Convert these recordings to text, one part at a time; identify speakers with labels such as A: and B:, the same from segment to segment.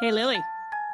A: Hey, Lily.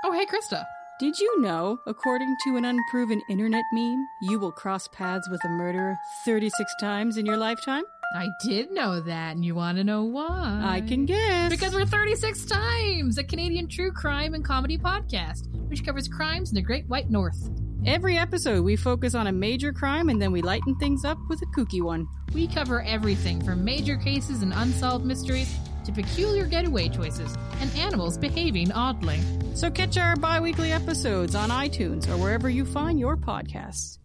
B: Oh, hey, Krista.
A: Did you know, according to an unproven internet meme, you will cross paths with a murderer 36 times in your lifetime?
B: I did know that, and you want to know why?
A: I can guess.
B: Because we're 36 Times, a Canadian true crime and comedy podcast, which covers crimes in the Great White North.
A: every episode we focus on a major crime and then we lighten things up with a kooky one.
B: We cover everything from major cases and unsolved mysteries to peculiar getaway choices and animals behaving oddly.
A: So catch our bi weekly episodes on iTunes or wherever you find your podcasts.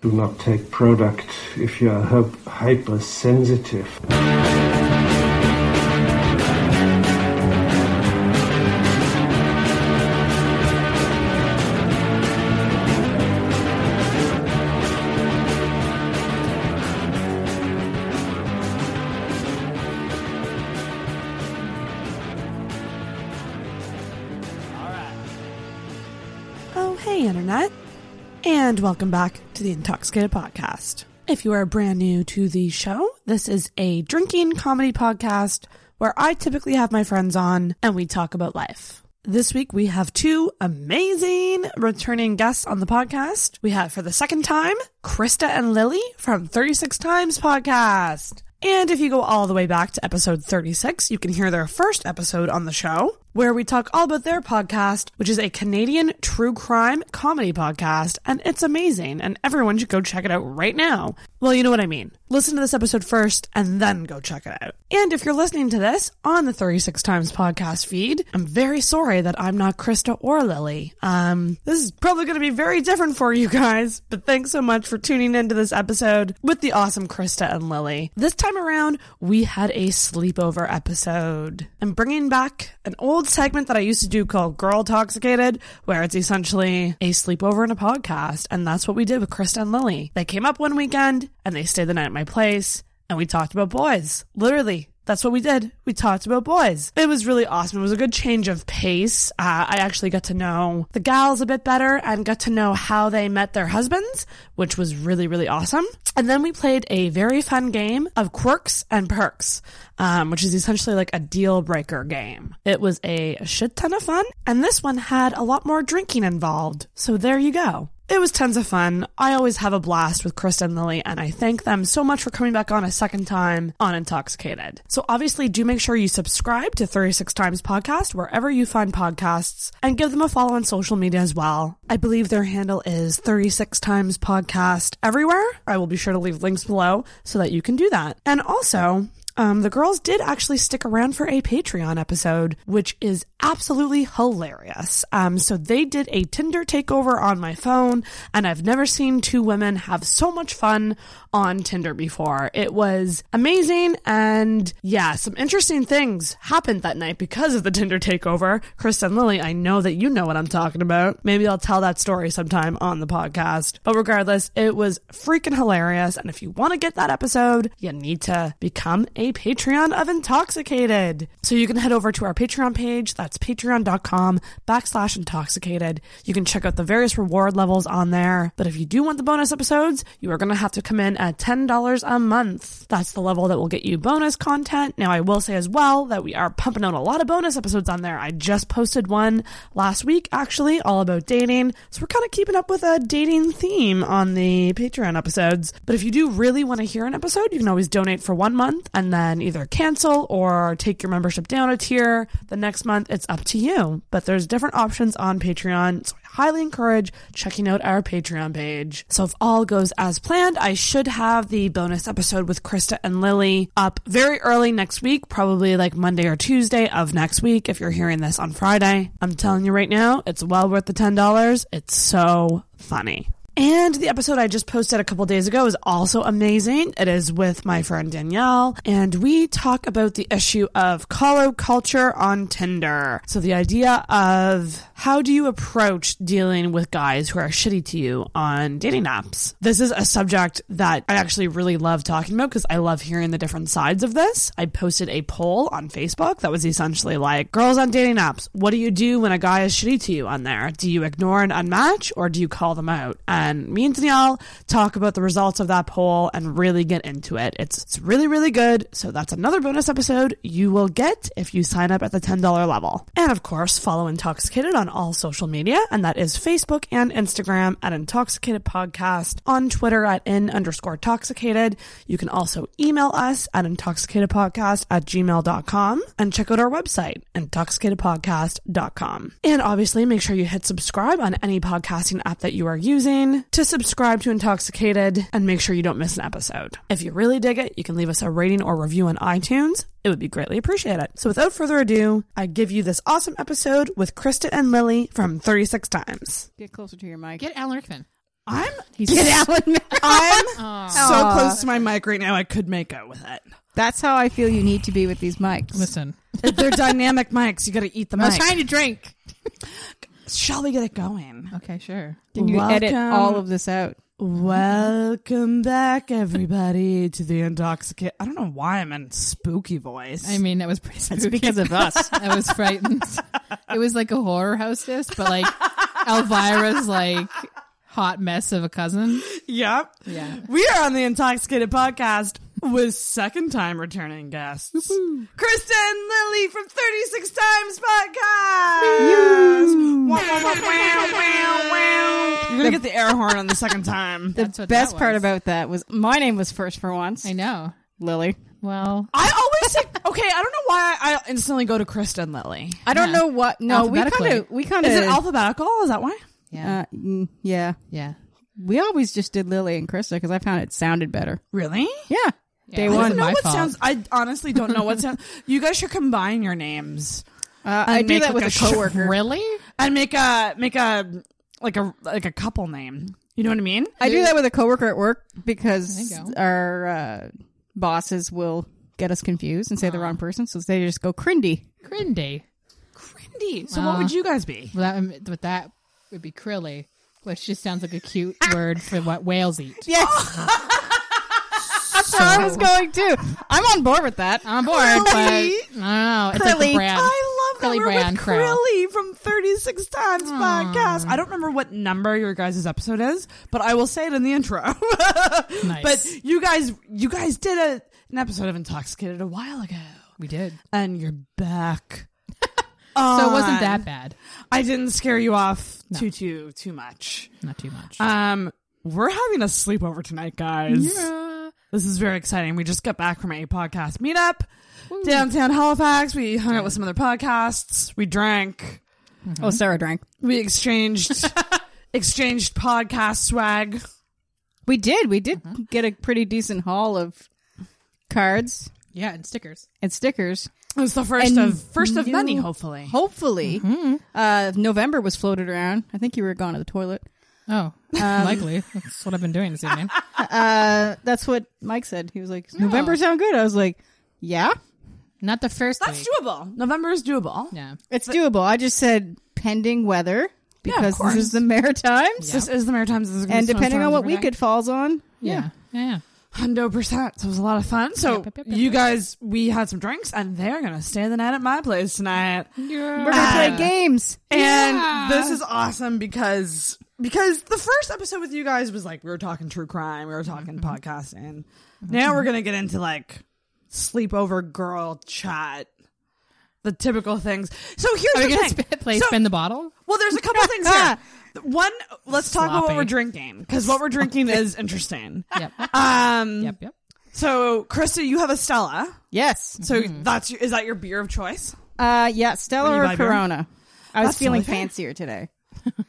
C: Do not take product if you are hyp- hypersensitive.
D: Oh, hey, Internet. And welcome back to the Intoxicated Podcast. If you are brand new to the show, this is a drinking comedy podcast where I typically have my friends on and we talk about life. This week we have two amazing returning guests on the podcast. We have for the second time, Krista and Lily from 36 Times Podcast. And if you go all the way back to episode 36, you can hear their first episode on the show, where we talk all about their podcast, which is a Canadian true crime comedy podcast. And it's amazing, and everyone should go check it out right now. Well, you know what I mean. Listen to this episode first, and then go check it out. And if you're listening to this on the 36 Times podcast feed, I'm very sorry that I'm not Krista or Lily. Um, this is probably going to be very different for you guys, but thanks so much for tuning into this episode with the awesome Krista and Lily. This time around, we had a sleepover episode. I'm bringing back an old segment that I used to do called Girl Toxicated, where it's essentially a sleepover in a podcast. And that's what we did with Krista and Lily. They came up one weekend and they stayed the night at my place and we talked about boys. Literally. That's what we did. We talked about boys. It was really awesome. It was a good change of pace. Uh, I actually got to know the gals a bit better and got to know how they met their husbands, which was really, really awesome. And then we played a very fun game of quirks and perks, um, which is essentially like a deal breaker game. It was a shit ton of fun. And this one had a lot more drinking involved. So there you go. It was tons of fun. I always have a blast with Krista and Lily, and I thank them so much for coming back on a second time on Intoxicated. So obviously, do make sure you subscribe to 36 Times Podcast wherever you find podcasts, and give them a follow on social media as well. I believe their handle is 36 Times Podcast everywhere. I will be sure to leave links below so that you can do that. And also, um, the girls did actually stick around for a Patreon episode, which is absolutely hilarious. Um, so they did a Tinder takeover on my phone, and I've never seen two women have so much fun on Tinder before. It was amazing, and yeah, some interesting things happened that night because of the Tinder takeover. Chris and Lily, I know that you know what I'm talking about. Maybe I'll tell that story sometime on the podcast. But regardless, it was freaking hilarious, and if you want to get that episode, you need to become a Patreon of Intoxicated. So you can head over to our Patreon page. That's patreon.com backslash intoxicated. You can check out the various reward levels on there. But if you do want the bonus episodes, you are going to have to come in at $10 a month. That's the level that will get you bonus content. Now, I will say as well that we are pumping out a lot of bonus episodes on there. I just posted one last week, actually, all about dating. So we're kind of keeping up with a dating theme on the Patreon episodes. But if you do really want to hear an episode, you can always donate for one month and then either cancel or take your membership down a tier the next month. It's up to you. But there's different options on Patreon. So I highly encourage checking out our Patreon page. So if all goes as planned, I should have the bonus episode with Krista and Lily up very early next week, probably like Monday or Tuesday of next week if you're hearing this on Friday. I'm telling you right now, it's well worth the $10. It's so funny. And the episode I just posted a couple days ago is also amazing. It is with my friend Danielle, and we talk about the issue of call out culture on Tinder. So the idea of How do you approach dealing with guys who are shitty to you on dating apps? This is a subject that I actually really love talking about because I love hearing the different sides of this. I posted a poll on Facebook that was essentially like, Girls on dating apps, what do you do when a guy is shitty to you on there? Do you ignore and unmatch or do you call them out? And me and Danielle talk about the results of that poll and really get into it. It's, it's really, really good. So that's another bonus episode you will get if you sign up at the $10 level. And of course, follow Intoxicated on all social media, and that is Facebook and Instagram at Intoxicated Podcast, on Twitter at in underscore toxicated. You can also email us at intoxicatedpodcast at gmail.com and check out our website, intoxicatedpodcast.com. And obviously, make sure you hit subscribe on any podcasting app that you are using to subscribe to Intoxicated and make sure you don't miss an episode. If you really dig it, you can leave us a rating or review on iTunes. It would be greatly appreciated. So without further ado, I give you this awesome episode with Krista and Lily from 36 Times.
A: Get closer to your mic.
B: Get Alan Rickman.
D: I'm
E: He's Get Alan.
D: I'm so close to my mic right now I could make out with it.
E: That's how I feel you need to be with these mics.
B: Listen,
D: They're dynamic mics. You got to eat the mic.
B: I was trying to drink.
D: Shall we get it going?
B: Okay, sure.
E: Can you edit
D: Welcome.
E: all of this out?
D: Welcome back, everybody, to the intoxicate. I don't know why I'm in spooky voice.
B: I mean, that was pretty spooky.
D: it's because of us.
B: I was frightened. it was like a horror hostess, but like Elvira's like hot mess of a cousin.
D: yep.
B: Yeah.
D: We are on the Intoxicated Podcast with second time returning guests, Kristen and Lily from 36 Times Podcast. Wow, wow, wow, wow, wow, wow. You're going to get the air horn on the second time.
E: The
B: That's what
E: best
B: that
E: part
B: was.
E: about that was my name was first for once.
B: I know.
E: Lily.
B: Well,
D: I always say, okay, I don't know why I instantly go to Kristen Lily.
E: I don't
B: Yeah.
E: know what. No, Oh, we uh, kind of.
B: Alphabetically.
E: We kind
D: Is it
E: of.
D: alphabetical? Is that why?
B: yeah,
E: Uh, mm, yeah,
B: yeah.
E: we always just did Lily and Krista because I found it sounded better.
D: Really?
E: Yeah,
B: I
E: day
D: I
B: Wasn't
E: one.
D: don't know
B: my
D: what
B: fault.
D: sounds. I honestly don't know what sounds. You guys should combine your names
E: Uh, I
D: and
E: do
D: make
E: that with a
D: like a
E: coworker.
B: Really?
D: and make a make a like a like a couple name. You know what I mean?
E: I do that with a coworker at work
B: There
E: because
B: you
E: our uh, bosses will get us confused and say the wrong person, so they just go Crindy.
B: Crindy.
D: Crindy. So what would you guys be?
B: Well, that, but that would be crilly, which just sounds like a cute word for what whales eat.
E: Yes. That's where I was going too. I'm on board with that.
B: I'm bored, but I
D: Curly.
B: don't know. It's like
E: Curly.
B: a brand.
D: I love that
B: Curly
D: we're
B: brand
D: with
B: krill.
D: Krilly from 36 Times Podcast. I don't remember what number your guys' episode is, but I will say it in the intro.
B: Nice.
D: But you guys you guys did a, an episode of Intoxicated a while ago.
B: we did.
D: And you're back.
B: So it wasn't
D: on.
B: that bad.
D: I didn't scare you off too too too much.
B: Not too much.
E: Uh,
D: Um we're having a sleepover tonight, guys. This is very exciting. We just got back from a podcast meetup downtown Halifax. We hung out with some other podcasts. We drank.
E: Oh, Sarah drank.
D: We exchanged exchanged podcast swag.
E: We did. We did get a pretty decent haul of cards
B: yeah, and stickers.
E: and stickers.
D: It was the first
E: And
D: of first of
E: you-
D: many, hopefully.
E: Hopefully,
D: Mm-hmm.
E: uh, November was floated around. I think you were gone to the toilet.
B: Oh,
E: um,
B: likely. That's what I've been doing this evening.
E: Uh, that's what Mike said. He was like, "Does "November sound good." I was like, "Yeah,
B: Not the first
D: That's
B: week.
D: doable. November is doable.
B: Yeah.
E: it's doable." I just said pending weather because this
D: course.
E: is the Maritimes,
D: This is the Maritimes. This is
E: and depending on what week
D: could
E: it falls on,
B: Yeah. Yeah. yeah.
D: hundo percent. So it was a lot of fun. So
B: Yep, yep, yep, yep,
D: you guys, we had some drinks, and they're gonna stay the night at my place tonight.
E: we're
D: Ah.
E: gonna play games.
D: And this is awesome because because the first episode with you guys was like we were talking true crime, we were talking
B: Mm-hmm.
D: podcasting. Now we're gonna get into like sleepover girl chat, the typical things. So here's
B: Are we
D: the
B: going
D: thing.
B: to sp- play
D: So-
B: spin the bottle?
D: well, there's a couple things here. One, let's talk about what
B: Sloppy.
D: we're drinking because what we're drinking is interesting.
B: Yep.
D: Um,
B: yep. Yep.
D: so Krista, you have a Stella.
E: Yes.
D: So
B: Mm-hmm.
D: that's your, is that your beer of choice?
E: Uh,
D: What
E: yeah,
D: do you
E: Stella
D: buy,
E: or
D: Vera?
E: Corona. I was
D: That's
E: feeling
D: totally fair.
E: fancier today.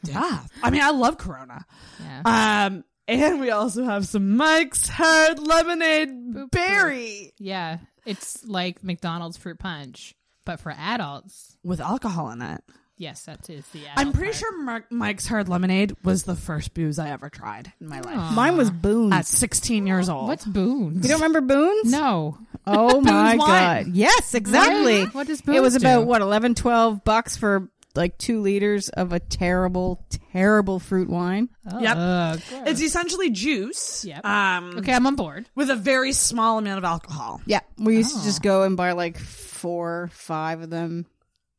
D: Yeah, I mean, I love Corona.
B: Yeah.
D: Um, and we also have some Mike's Hard Lemonade Berry
B: yeah. It's like McDonald's fruit punch, but for adults.
D: with alcohol in it.
B: Yes, that is the adult
D: I'm pretty
B: part.
D: sure Mar- Mike's Hard Lemonade was the first booze I ever tried in my life
E: Mine was Boone.
D: at 16 years old.
B: What's Boone's?
E: you don't remember Boone's?
B: No.
E: Oh my
D: Boone's wine.
E: god. Yes, exactly.
B: Really? What does
E: it was
B: Boone's
E: about
B: do?
E: what 11 12 bucks for like two liters of a terrible, terrible fruit wine.
D: Yep.
B: Ugh.
D: It's essentially juice.
B: Oh. Yep.
D: Um,
B: okay, I'm on board.
D: With a very small amount of alcohol.
E: Yeah, we used to just go and buy like four, five of them,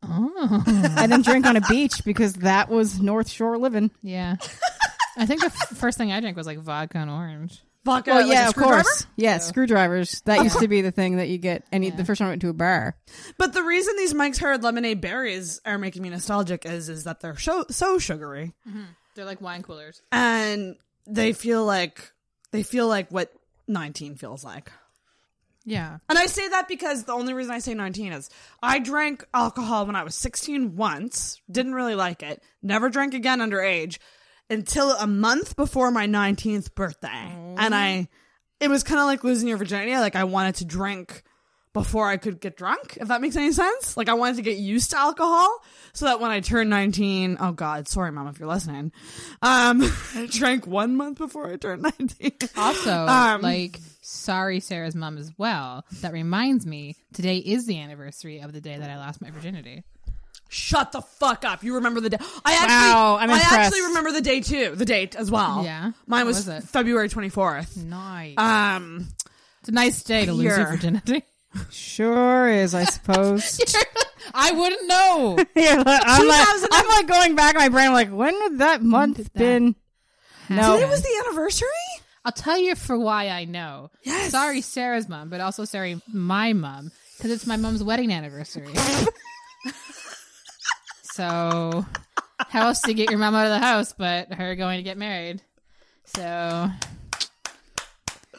B: Oh,
E: and then drink on a beach because that was North Shore living.
B: yeah. I think the f- first thing I drank was like vodka and orange.
D: Vodka.
E: Oh
D: like a
E: yeah, of
D: screwdriver?
E: course. Yeah, screwdrivers. That used to be the thing that you get. Any the first time I went to a bar.
D: But the reason these Mike's Hard Lemonade berries are making me nostalgic is is that they're so, so sugary
B: They're like wine coolers.
D: and they feel like they feel like what 19 feels like.
B: Yeah.
D: And I say that because the only reason I say 19 is I drank alcohol when I was 16 once, didn't really like it, never drank again underage until a month before my 19th birthday. And I, it was kind of like losing your virginity. Like I wanted to drink before I could get drunk, if that makes any sense. Like I wanted to get used to alcohol so that when I turned 19, oh God, sorry, mom, if you're listening, um, I drank one month before I turned 19.
B: Also,
D: Um,
B: like, sorry, Sarah's mom as well. That reminds me, today is the anniversary of the day that I lost my virginity.
D: Shut the fuck up. You remember the day. I actually,
E: Wow, I'm
D: I actually
E: impressed.
D: remember the day too, the date as well.
B: Yeah?
D: Mine
B: What
D: was,
B: was it?
D: February 24th.
B: Nice.
D: Um,
B: it's a nice day to lose your
D: Here.
B: virginity.
E: Sure is, I suppose.
B: I wouldn't know.
E: Yeah, like, I'm, like,
D: 2000
E: I'm like going back in my brain. I'm like, when would that month
B: did that
E: been? No,
D: Today was the anniversary?
B: I'll tell you for why I know.
D: Yes.
B: Sorry, Sarah's mom, but also sorry, my mom, because it's my mom's wedding anniversary. so, how else to get your mom out of the house but her going to get married? So,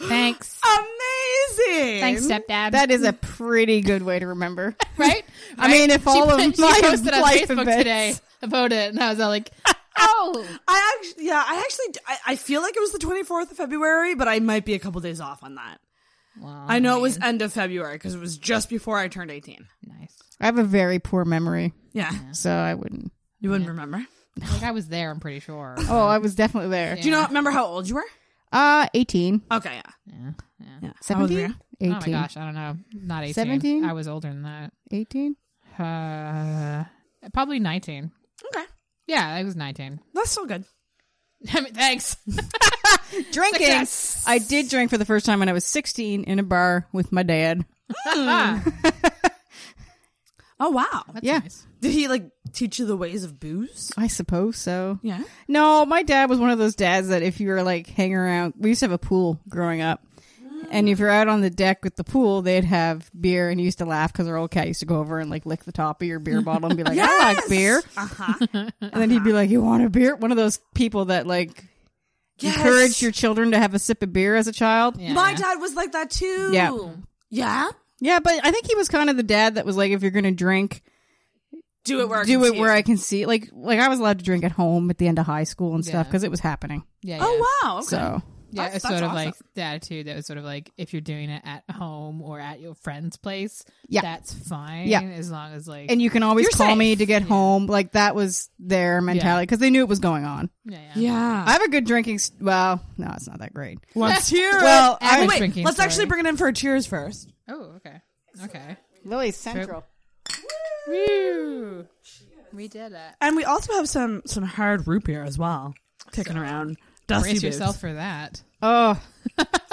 B: thanks.
D: Amazing.
B: Thanks, stepdad.
E: that is a pretty good way to remember.
B: right?
E: I mean, if all of
B: she
E: my
B: posted on
E: life
B: Facebook
E: events-
B: today about it, and I was all like, "Oh,
D: I actually, yeah, I actually, I, I feel like it was the 24th of February, but I might be a couple days off on that. I know it was end of February because it was just before I turned 18.
B: nice."
E: I have a very poor memory,
D: Yeah.
E: so I wouldn't.
D: You wouldn't remember.
B: Like I was there. I'm pretty sure.
E: Oh, I was definitely there.
D: Do you not remember how old you were?
E: Uh, 18.
D: Okay, yeah.
B: Yeah, yeah.
D: yeah. How old were
E: 17?
D: you?
E: 18.
B: Oh my gosh, I don't know. Not 18.
E: 17?
B: I was older than that.
E: 18?
B: Uh, probably 19.
D: Okay.
B: Yeah, I was 19.
D: That's still good.
B: I mean, thanks.
E: Drinking. I did drink for the first time when I was 16 in a bar with my dad.
D: Oh, wow.
E: yeah,
D: Did he like teach you the ways of booze?
E: I suppose so.
D: Yeah.
E: No, my dad was one of those dads that if you were like hanging around, we used to have a pool growing up. And if you're out on the deck with the pool, they'd have beer, and he used to laugh because our old cat used to go over and like lick the top of your beer bottle and be like, "I like beer,"
D: Uh
E: Uh-huh.
D: huh.
E: and then he'd be like, "You want a beer?" One of those people that like encourage your children to have a sip of beer as a child.
B: Yeah.
D: My dad was like that too.
E: Yeah.
D: Yeah.
E: Yeah, but I think he was kind of the dad that was like, "If you're gonna drink,
D: Do it where I
E: do
D: can
E: it
D: see
E: where I can see." Like, like I was allowed to drink at home at the end of high school and stuff
B: Yeah.
E: because it was happening.
B: Yeah, yeah.
D: Oh wow. Okay.
E: So
B: Yeah,
D: That's-
B: it's
D: that's
B: sort of
D: awesome.
B: like the attitude that was sort of like if you're doing it at home or at your friend's place,
E: Yeah.
B: that's fine.
E: Yeah.
B: As long as like,
E: and you can always
D: You're
E: call
D: safe.
E: me to get home. Like that was their mentality because they knew it was going on.
B: yeah, yeah.
D: yeah.
E: I have a good drinking. s well, no, it's not that great.
D: Let's hear it.
E: Well, I-
D: oh,
B: Average
D: wait.
B: drinking
D: Let's
B: story.
D: actually bring it in for a cheers first.
B: Oh, okay. Okay.
E: Lily's Central.
B: Woo. We did it.
D: And we also have some some hard root beer as well, kicking around.
B: Brace
D: Dusty boots.
B: yourself for that.
E: Oh,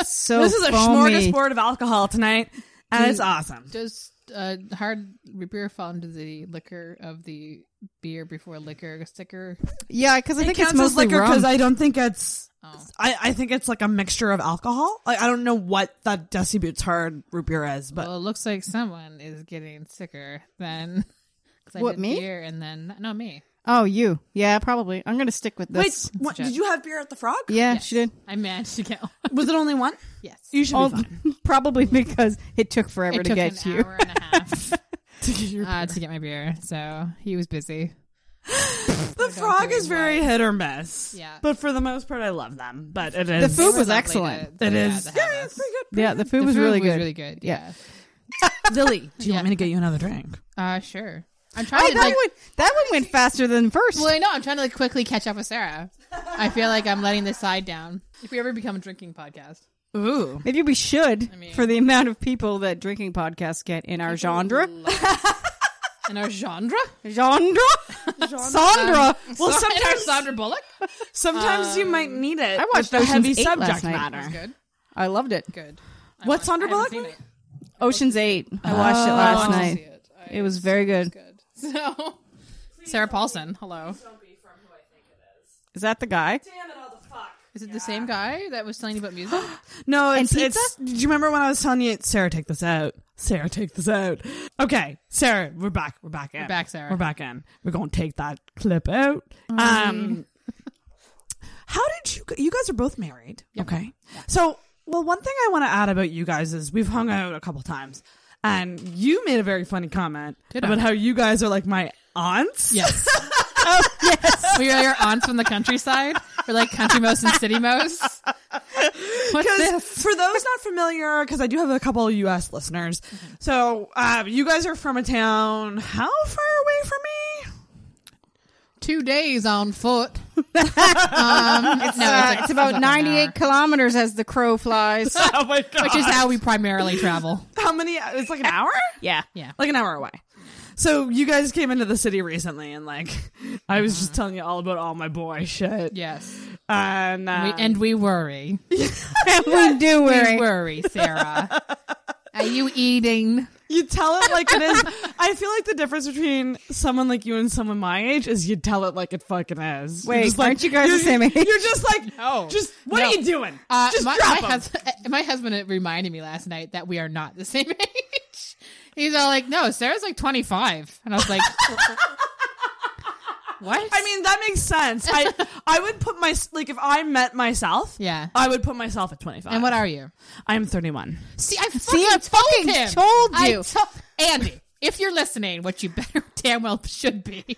E: so
D: This is a
E: foamy.
D: smorgasbord of alcohol tonight, and it's awesome.
B: Does uh, hard beer fall into the liquor of the beer before liquor sticker?
E: Yeah, because I
D: It
E: think it's
D: counts as
E: mostly
D: liquor
E: rum.
D: because I don't think it's.
B: Oh.
D: I, I think it's like a mixture of alcohol. Like, I don't know what that Dusty Boots hard root beer is, but
B: well, it looks like someone is getting sicker than. Cause I
E: What,
B: did
E: me?
B: Beer and then no me.
E: oh, you? Yeah, probably. I'm gonna stick with
D: Wait,
E: this.
D: what, did you have beer at the Frog?
E: yeah, she did.
B: I managed to get. One.
D: Was it only one?
B: Yes,
D: You should
E: Oh,
D: be fine.
E: probably because it took forever
B: it
E: to
B: took
E: get
B: an
E: to you.
B: hour and a half
D: To get your-
B: uh, to get my beer, so he was busy.
D: the Frog is very hit or miss.
B: Yeah.
D: But for the most part, I love them. But it is.
E: The
B: They
E: food
B: were
E: was
B: lovely
E: excellent.
B: to-
D: It
B: to- yeah,
D: is.
B: to
D: Yeah,
B: have us.
D: it's pretty good.
E: Yeah, the food
B: The
E: was
B: food
E: really
B: was
E: good.
B: really good. Yeah.
E: Yeah.
D: Lily, do you
B: Yeah.
D: want me to get you another drink?
B: Uh, sure. I'm
E: Oh,
B: trying to
E: that
B: like.
E: one that one went faster than first.
B: Well, I know. I'm trying to like quickly catch up with Sarah. I feel like I'm letting this side down. If we ever become a drinking podcast,
D: Ooh.
E: Maybe we should
B: mean-
E: for the amount of people that drinking podcasts get in our genre.
B: in our genre,
E: Genre?
D: Sandra. well,
B: Sorry,
D: sometimes
B: Sandra Bullock.
D: sometimes you might
B: Um,
D: need it.
E: I watched
D: with the
E: Ocean's
D: heavy
E: Eight
D: subject
E: last night.
D: matter.
B: Good.
E: I loved it.
B: Good. I
D: What's
B: want-
D: Sandra
B: I haven't
D: Bullock?
B: seen it.
E: Ocean's Eight. Oh, I watched it
B: I
E: last
B: want to see
E: night.
B: it. I-
E: It was very good.
B: good. So, Sarah Paulson. Hello.
E: Is that the guy?
B: Is it the same guy that was telling you about music?
D: No, it's,
E: pizza?
D: it's. Do you remember when I was telling you, Sarah, take this out? Sarah, take this out. Okay, Sarah, we're back. We're back in. We're
B: back, Sarah.
D: We're back in. We're gonna take that clip out. Um, how did you? You guys are both married. Okay. So, well, one thing I want to add about you guys is we've hung out a couple times, and you made a very funny comment
B: Did I?
D: about how you guys are like my aunts.
B: yes. We are your aunts from the countryside. We're like country mouse and city mouse. What's
D: Because
B: this?
D: for those not familiar, because I do have a couple of U.S. listeners, so uh, you guys are from a town how far away from me?
B: Two days on foot. um, it's, no,
E: Uh,
B: like-
E: it's about
B: like an
E: 98 kilometers as the crow flies.
D: Oh my
B: hour,
D: god!
B: which is how we primarily travel.
D: how many? It's like an hour.
E: yeah.
B: Yeah.
D: like an hour away. So you guys came into the city recently, and like I was
B: Uh-huh.
D: just telling you all about all my boy shit.
B: Yes.
D: and um,
B: We, and we worry.
E: we do
B: We
E: worry.
B: worry, Sarah. Are you eating?
D: you tell it like it is. I feel like the difference between someone like you and someone my age is you tell it like it fucking is. You're
E: Wait,
D: just like,
E: aren't you guys the
D: you're-
E: same age?
D: You're just like,
B: No.
D: just what
B: No.
D: are you doing?
B: Uh,
D: just
B: my,
D: drop
B: my,
D: 'em.
B: hus- my husband reminded me last night that we are not the same age. He's all like, "No, Sarah's like 25," and I was like, "What?"
D: I mean, that makes sense. I I would put my like if I met myself,
B: Yeah.
D: I would put myself at twenty five.
B: and what are you?
D: I'm thirty one.
B: See, I fucking
E: See, I
B: told
E: fucking
B: him.
E: told you.
B: I to- Andy, if you're listening, what you better damn well should be.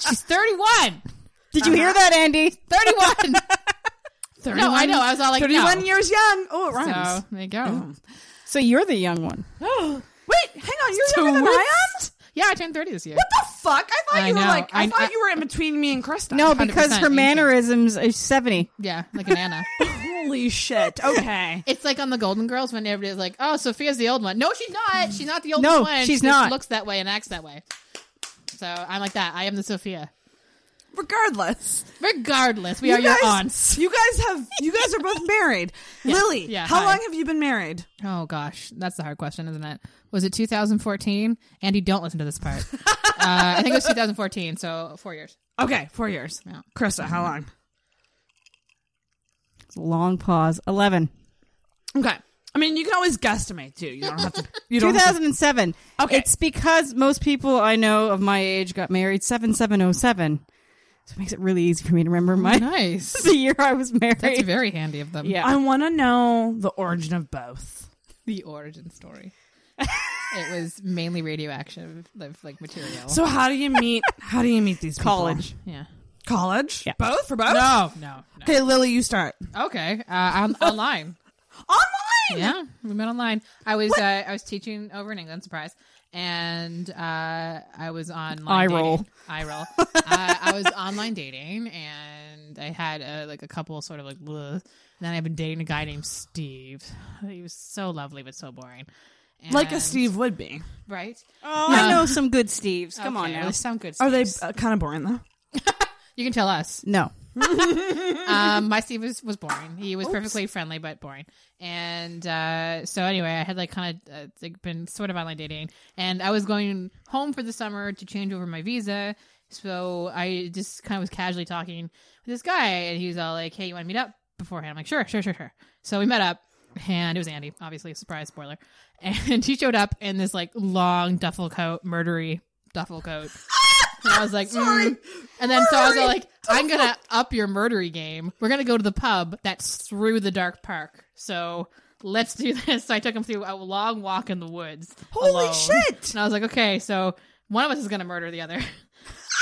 B: She's 31.
E: Did you hear that, Andy?
B: 31.
D: Thirty
B: no, I know. I was all like,
D: thirty one
B: no.
D: years young. Oh, it rhymes.
B: So there you go.
E: So you're the young one.
D: Wait, hang on, you're
B: So
D: younger than
B: we're-
D: I am.
B: Yeah, I turned 30 this year.
D: What the fuck? I thought
B: I
D: you were
B: know.
D: like I,
B: I-
D: thought
B: I-
D: you were in between me and Krista.
E: No, because
B: 100%
E: her
B: ancient.
E: mannerisms is 70.
B: Yeah, like an Anna.
D: holy shit. Okay.
B: It's like on the Golden Girls when everybody's like, "Oh, Sophia's the old one." No, she's not. She's not the old
E: No,
B: one.
E: she's
B: she just
E: not.
B: Looks that way and acts that way. So I'm like that. I am the Sophia.
D: Regardless,
B: Regardless, we
D: you
B: are
D: guys,
B: your aunts.
D: You guys have you guys are both married. Lily,
B: Yeah,
D: how
B: hi.
D: long have you been married?
B: Oh gosh, that's the hard question, isn't it? Was it 2014? Andy, don't listen to this part. uh, I think it was 2014, so four years.
D: Okay, four years.
B: Yeah.
D: Krista, how long?
E: Long pause. 11.
D: Okay. I mean, you can always guesstimate too. You don't have to. You don't. have to-
E: 2007.
D: Okay.
E: It's because most people I know of my age got married 7707. So it makes it really easy for me to remember my
B: Nice.
E: the year I was married.
B: That's very handy of them.
E: yeah.
D: I want to know the origin of both.
B: The origin story. it was mainly radioactive like, like material.
D: So how do you meet? How do you meet these people?
E: College.
B: yeah.
D: College.
E: Yeah.
D: Both for both.
B: No, no, no.
D: Okay, Lily, you start
B: Okay, uh, on, online.
D: online.
B: Yeah, we met online. I was uh, I was teaching over in England, surprise, and uh, I was online.
E: Eye
B: dating.
E: roll.
B: eye roll. uh, I was online dating, and I had uh, like a couple sort of like. bleh. And then I've been dating a guy named Steve. He was so lovely but so boring. And,
D: Like a Steve would be.
B: right?
E: Oh, I know some good Steves. Come on
B: Okay,
E: now.
B: They sound good.
D: Are they
B: Steves.
D: uh, kind of boring though?
B: You can tell us.
E: No.
B: um, my Steve was, was boring. He was perfectly friendly but boring. And uh, so anyway, I had like kind of uh, like been sort of online dating, and I was going home for the summer to change over my visa. So I just kind of was casually talking with this guy, and he was all like, "Hey, you want to meet up beforehand?" I'm like, "Sure, sure, sure, sure." So we met up, and it was Andy, obviously, surprise spoiler. And he showed up in this like long duffel coat, murdery duffel coat. And I was like, mm. and then so I was all like, I'm gonna up your murdery game. We're gonna go to the pub that's through the dark park. So let's do this. So I took him through a long walk in the woods.
D: Holy
B: alone.
D: shit!
B: And I was like, okay, so one of us is gonna murder the other.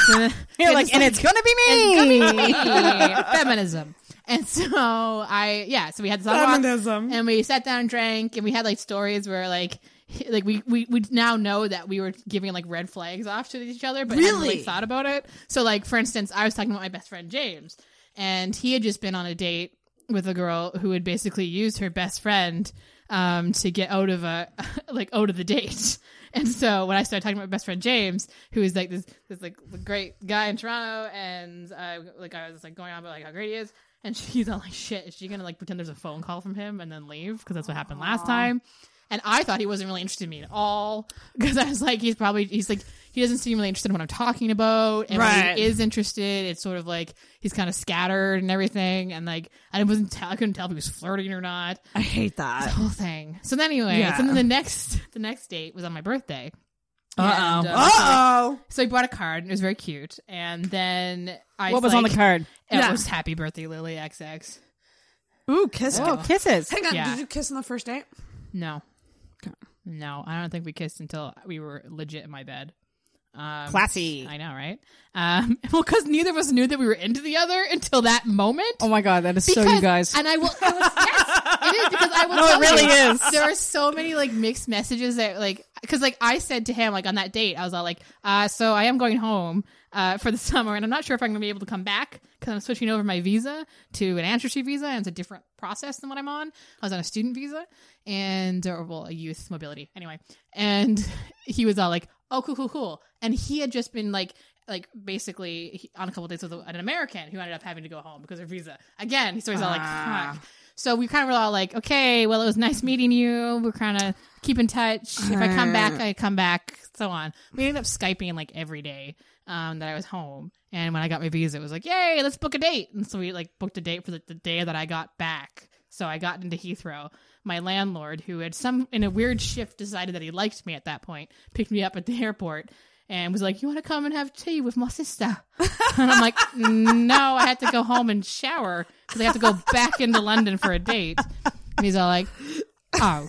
B: So then-
E: You're like, and it's gonna be me.
B: feminism. And so I, yeah, so we had this long walk,
D: Feminism.
B: and we sat down and drank, and we had like stories where like, he- like we we we now know that we were giving like red flags off to each other, but hadn't really
D: Really?
B: thought about it. So like, for instance, I was talking about my best friend James, and he had just been on a date with a girl who had basically used her best friend um, to get out of a like out of the date. And so when I started talking about my best friend James, who is like this this like great guy in Toronto, and uh, like I was like going on about like how great he is, and she's all like, "Shit, is she gonna like pretend there's a phone call from him and then leave?" Because that's what happened last time. And I thought he wasn't really interested in me at all because I was like, he's probably he's like he doesn't seem really interested in what I'm talking about. And when
D: Right.
B: he is interested, it's sort of like he's kind of scattered and everything. And like I wasn't tell I couldn't tell if he was flirting or not.
D: I hate that.
B: Whole thing. So then anyway,
D: Yeah.
B: so then the next the next date was on my birthday.
D: Uh
B: And,
D: oh.
B: uh,
D: Uh oh.
B: So he bought a card and it was very cute. And then I
E: What was on the
B: like-
E: card?
B: It
D: Yeah.
B: was happy birthday, Lily XX.
D: Ooh, kiss.
E: Oh, kisses.
D: Hang on.
B: Yeah.
D: Did you kiss on the first date?
B: No. No, I don't think we kissed until we were legit in my bed. Um,
E: Classy.
B: I know, right? Um, well, because neither of us knew that we were into the other until that moment.
E: Oh my god, that is
B: because,
E: so you guys.
B: And I will. I was, yes, it is because I will.
E: No, it
B: tell
E: really
B: you,
E: is.
B: There are so many like mixed messages that like because like I said to him like on that date I was all like, uh, so I am going home uh, for the summer and I'm not sure if I'm gonna be able to come back because I'm switching over my visa to an ancestry visa and it's a different process than what I'm on. I was on a student visa and or well a youth mobility anyway, and he was all like, oh cool cool cool, and he had just been like like basically he, on a couple dates with an American who ended up having to go home because of her visa. Again, so he's all like, fuck. So we kind of were all like, okay, well, it was nice meeting you. We're kind of keep in touch. If I come back, I come back, so on. We ended up Skyping like every day um, that I was home. And when I got my visa, it was like, yay, let's book a date. And so we like booked a date for the, the day that I got back. So I got into Heathrow. My landlord, who had some in a weird shift decided that he liked me at that point, picked me up at the airport and was like, "You want to come and have tea with my sister?" and I'm like, "No, I had to go home and shower because I have to go back into London for a date." And he's all like, "Oh,"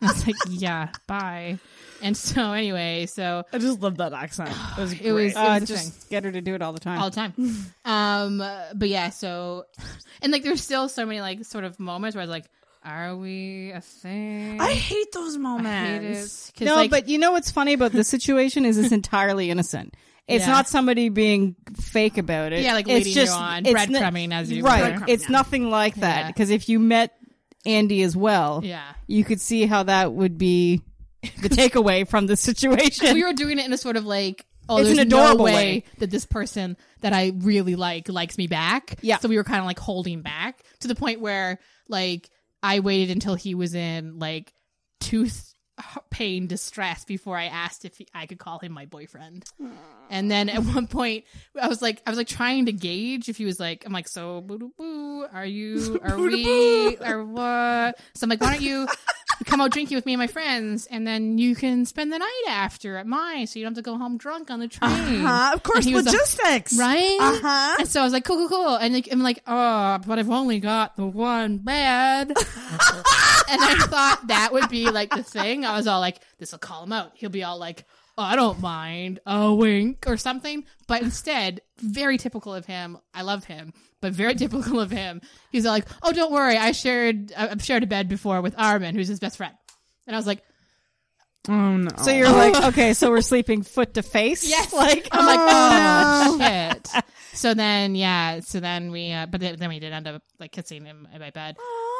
B: I was like, "Yeah, bye." And so anyway, so
D: I just love that accent. It was
B: it was, it was
E: uh,
B: a
E: just
B: thing
E: get her to do it all the time.
B: all the time. um, but yeah, so and like there's still so many like sort of moments where I was like, "Are we a thing?"
D: I hate those moments.
B: Cause,
E: no,
B: like,
E: but you know what's funny about this situation is it's entirely innocent. It's
B: Yeah.
E: not somebody being fake about it.
B: Yeah, like
E: it's
B: leading you
E: just,
B: on,
E: it's no-
B: breadcrumbing as you
E: right.
B: were.
E: It's nothing like that
B: Yeah.
E: because if you met Andy as well,
B: yeah.
E: you could see how that would be the takeaway from the situation.
B: we were doing it in a sort of like oh
E: It's an
B: there's
E: adorable
B: no way,
E: way.
B: that this person that i really like likes me back
E: Yeah.
B: so we were kind of like holding back to the point where like i waited until he was in like tooth pain distress before i asked if he, i could call him my boyfriend and then at one point i was like i was like trying to gauge if he was like i'm like so boo boo are you are we are what so i'm like why don't you come out drinking with me and my friends, and then you can spend the night after at mine, so you don't have to go home drunk on the train.
D: Uh, of course,
B: And he was a-
D: logistics.
B: Right?
D: Uh-huh.
B: And so I was like, cool, cool, cool. And like, I'm like, oh, but I've only got the one bed. and I thought that would be like the thing. I was all like, this will call him out. He'll be all like, oh, I don't mind a wink or something. But instead, very typical of him. I love him, but very typical of him. He's all like, oh, don't worry. I shared, I- I've shared a bed before with Armin, who's his best friend. And I was like,
D: Oh no.
E: so you're like, okay, so we're sleeping foot to face.
B: Yes.
E: like
B: I'm like, oh shit. So then, yeah. So then we, uh, but then, then we did end up like kissing him in my bed.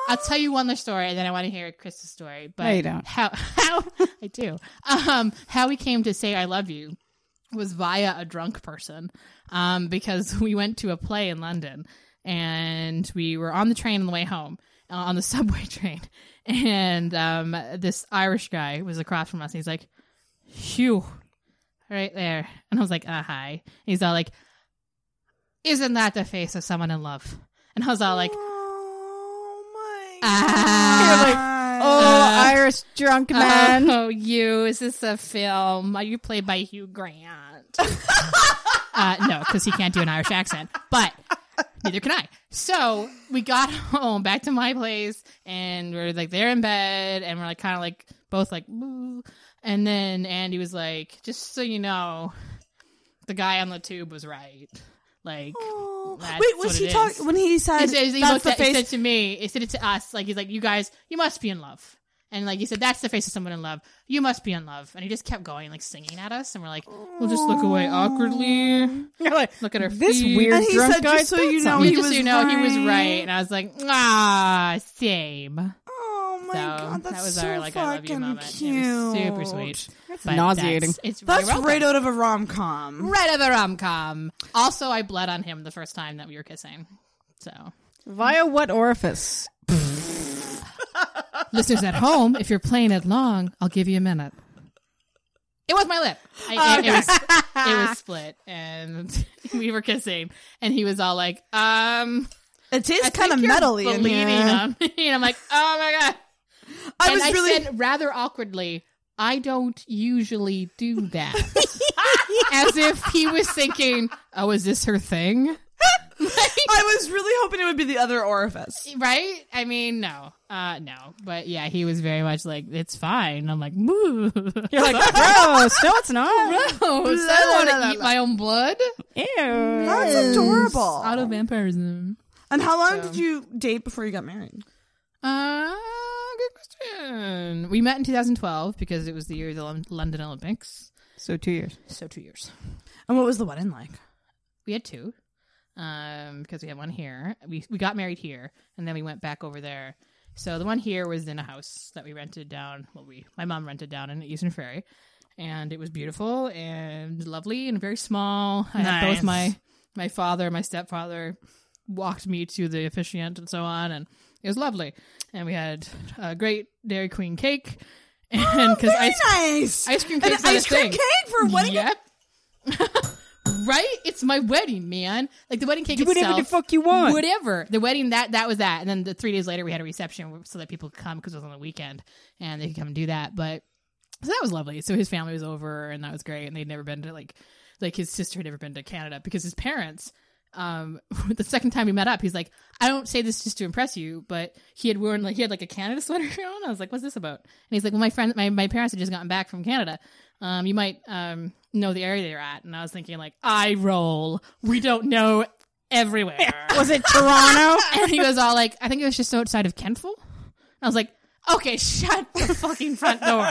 B: I'll tell you one other story, and then I want to hear Chris's story. But
E: No, you don't.
B: How? How? I do. Um, how we came to say I love you was via a drunk person, um, because we went to a play in London, and we were on the train on the way home. Uh, on the subway train, and um, this Irish guy was across from us. And he's like, "Phew, right there. And I was like, uh, hi. And he's all like, isn't that the face of someone in love? And I was all like,
D: oh my.
B: ah.
E: oh,
B: Uh,
E: Irish drunk man.
B: Oh, you. Is this a film? Are you played by Hugh Grant? uh, no, because he can't do an Irish accent. But neither can I. So we got home, back to my place, and we're like there in bed, and we're like kind of like both like, Ooh. and then Andy was like, just so you know, the guy on the tube was right. Like, that's
D: oh, Wait,
B: what
D: was he
B: it is.
D: talking when he said
B: He said- he
D: that's
B: looked
D: the
B: at- he
D: face?
B: said to me, he said it to us, like he's like, you guys, you must be in love. And like you said, that's the face of someone in love. You must be in love. And he just kept going, like singing at us, and we're like, we'll just look away awkwardly. Look at her.
E: This
B: feet.
E: weird
D: And he
E: drunk
D: said,
E: guy
D: just so
E: said
D: you know,
E: something.
D: he
B: just
D: was
B: so you know, he was
D: right.
B: right, and I was like, ah, same.
D: Oh my
B: So
D: god, that's
B: that was
D: so
B: our like I love
D: fucking
B: you moment.
D: cute.
B: It was super sweet. That's
E: nauseating.
B: it's
D: That's
B: you're welcome.
D: right out of a rom com.
B: right of a rom com. Also, I bled on him the first time that we were kissing. So,
E: Via what orifice?
B: listeners at home, if you're playing it long, I'll give you a minute. It was my lip. I, it, it was, it was split, and we were kissing, and he was all like, um.
D: It tastes
B: I
D: kind of
B: think you're
D: metally in
B: bleeding
D: here.
B: on me. And I'm like, oh my god.
D: I
B: and
D: was
B: I
D: really
B: said rather awkwardly, I don't usually do that. As if he was thinking, oh, is this her thing?
D: I was really hoping it would be the other orifice.
B: Right? I mean, no. Uh, no. But yeah, he was very much like, it's fine. I'm like, moo.
E: You're like, gross. No, it's not.
B: I want to eat my own blood.
E: Ew.
D: That's adorable.
B: Auto vampirism.
D: and how long did you date before you got married?
B: Uh, good question. We met in 2012 because it was the year of the Lon- London Olympics.
E: So two years.
B: So two years.
D: And what was the wedding like?
B: we had two um because we had one here we we got married here and then we went back over there so the one here was in a house that we rented down well we my mom rented down in eastern ferry and it was beautiful and lovely and very small i had both
D: Nice.
B: my my father and my stepfather walked me to the officiant and so on and it was lovely and we had a great dairy queen cake and because
D: Oh, Very
B: ice,
D: nice.
B: ice cream
D: An
B: cake's not
D: ice
B: a
D: cream
B: thing.
D: cake for a wedding.
B: Yep. right? It's my wedding, man. Like the wedding cake
E: Do whatever
B: itself.
E: the fuck you want.
B: Whatever. The wedding that that was that, and then the three days later we had a reception so that people could come because it was on the weekend and they could come and do that. But so that was lovely. So his family was over and that was great. And they'd never been to like like his sister had never been to Canada because his parents. Um, the second time we met up, he's like, "I don't say this just to impress you, but he had worn like he had like a Canada sweater on." I was like, "What's this about?" And he's like, "Well, my friend, my, my parents had just gotten back from Canada. Um, you might um know the area they're at." And I was thinking like, "I roll. We don't know everywhere."
E: Was it Toronto?
B: and he was all like, I think it was just outside of Kentville. I was like, okay, shut the fucking front door.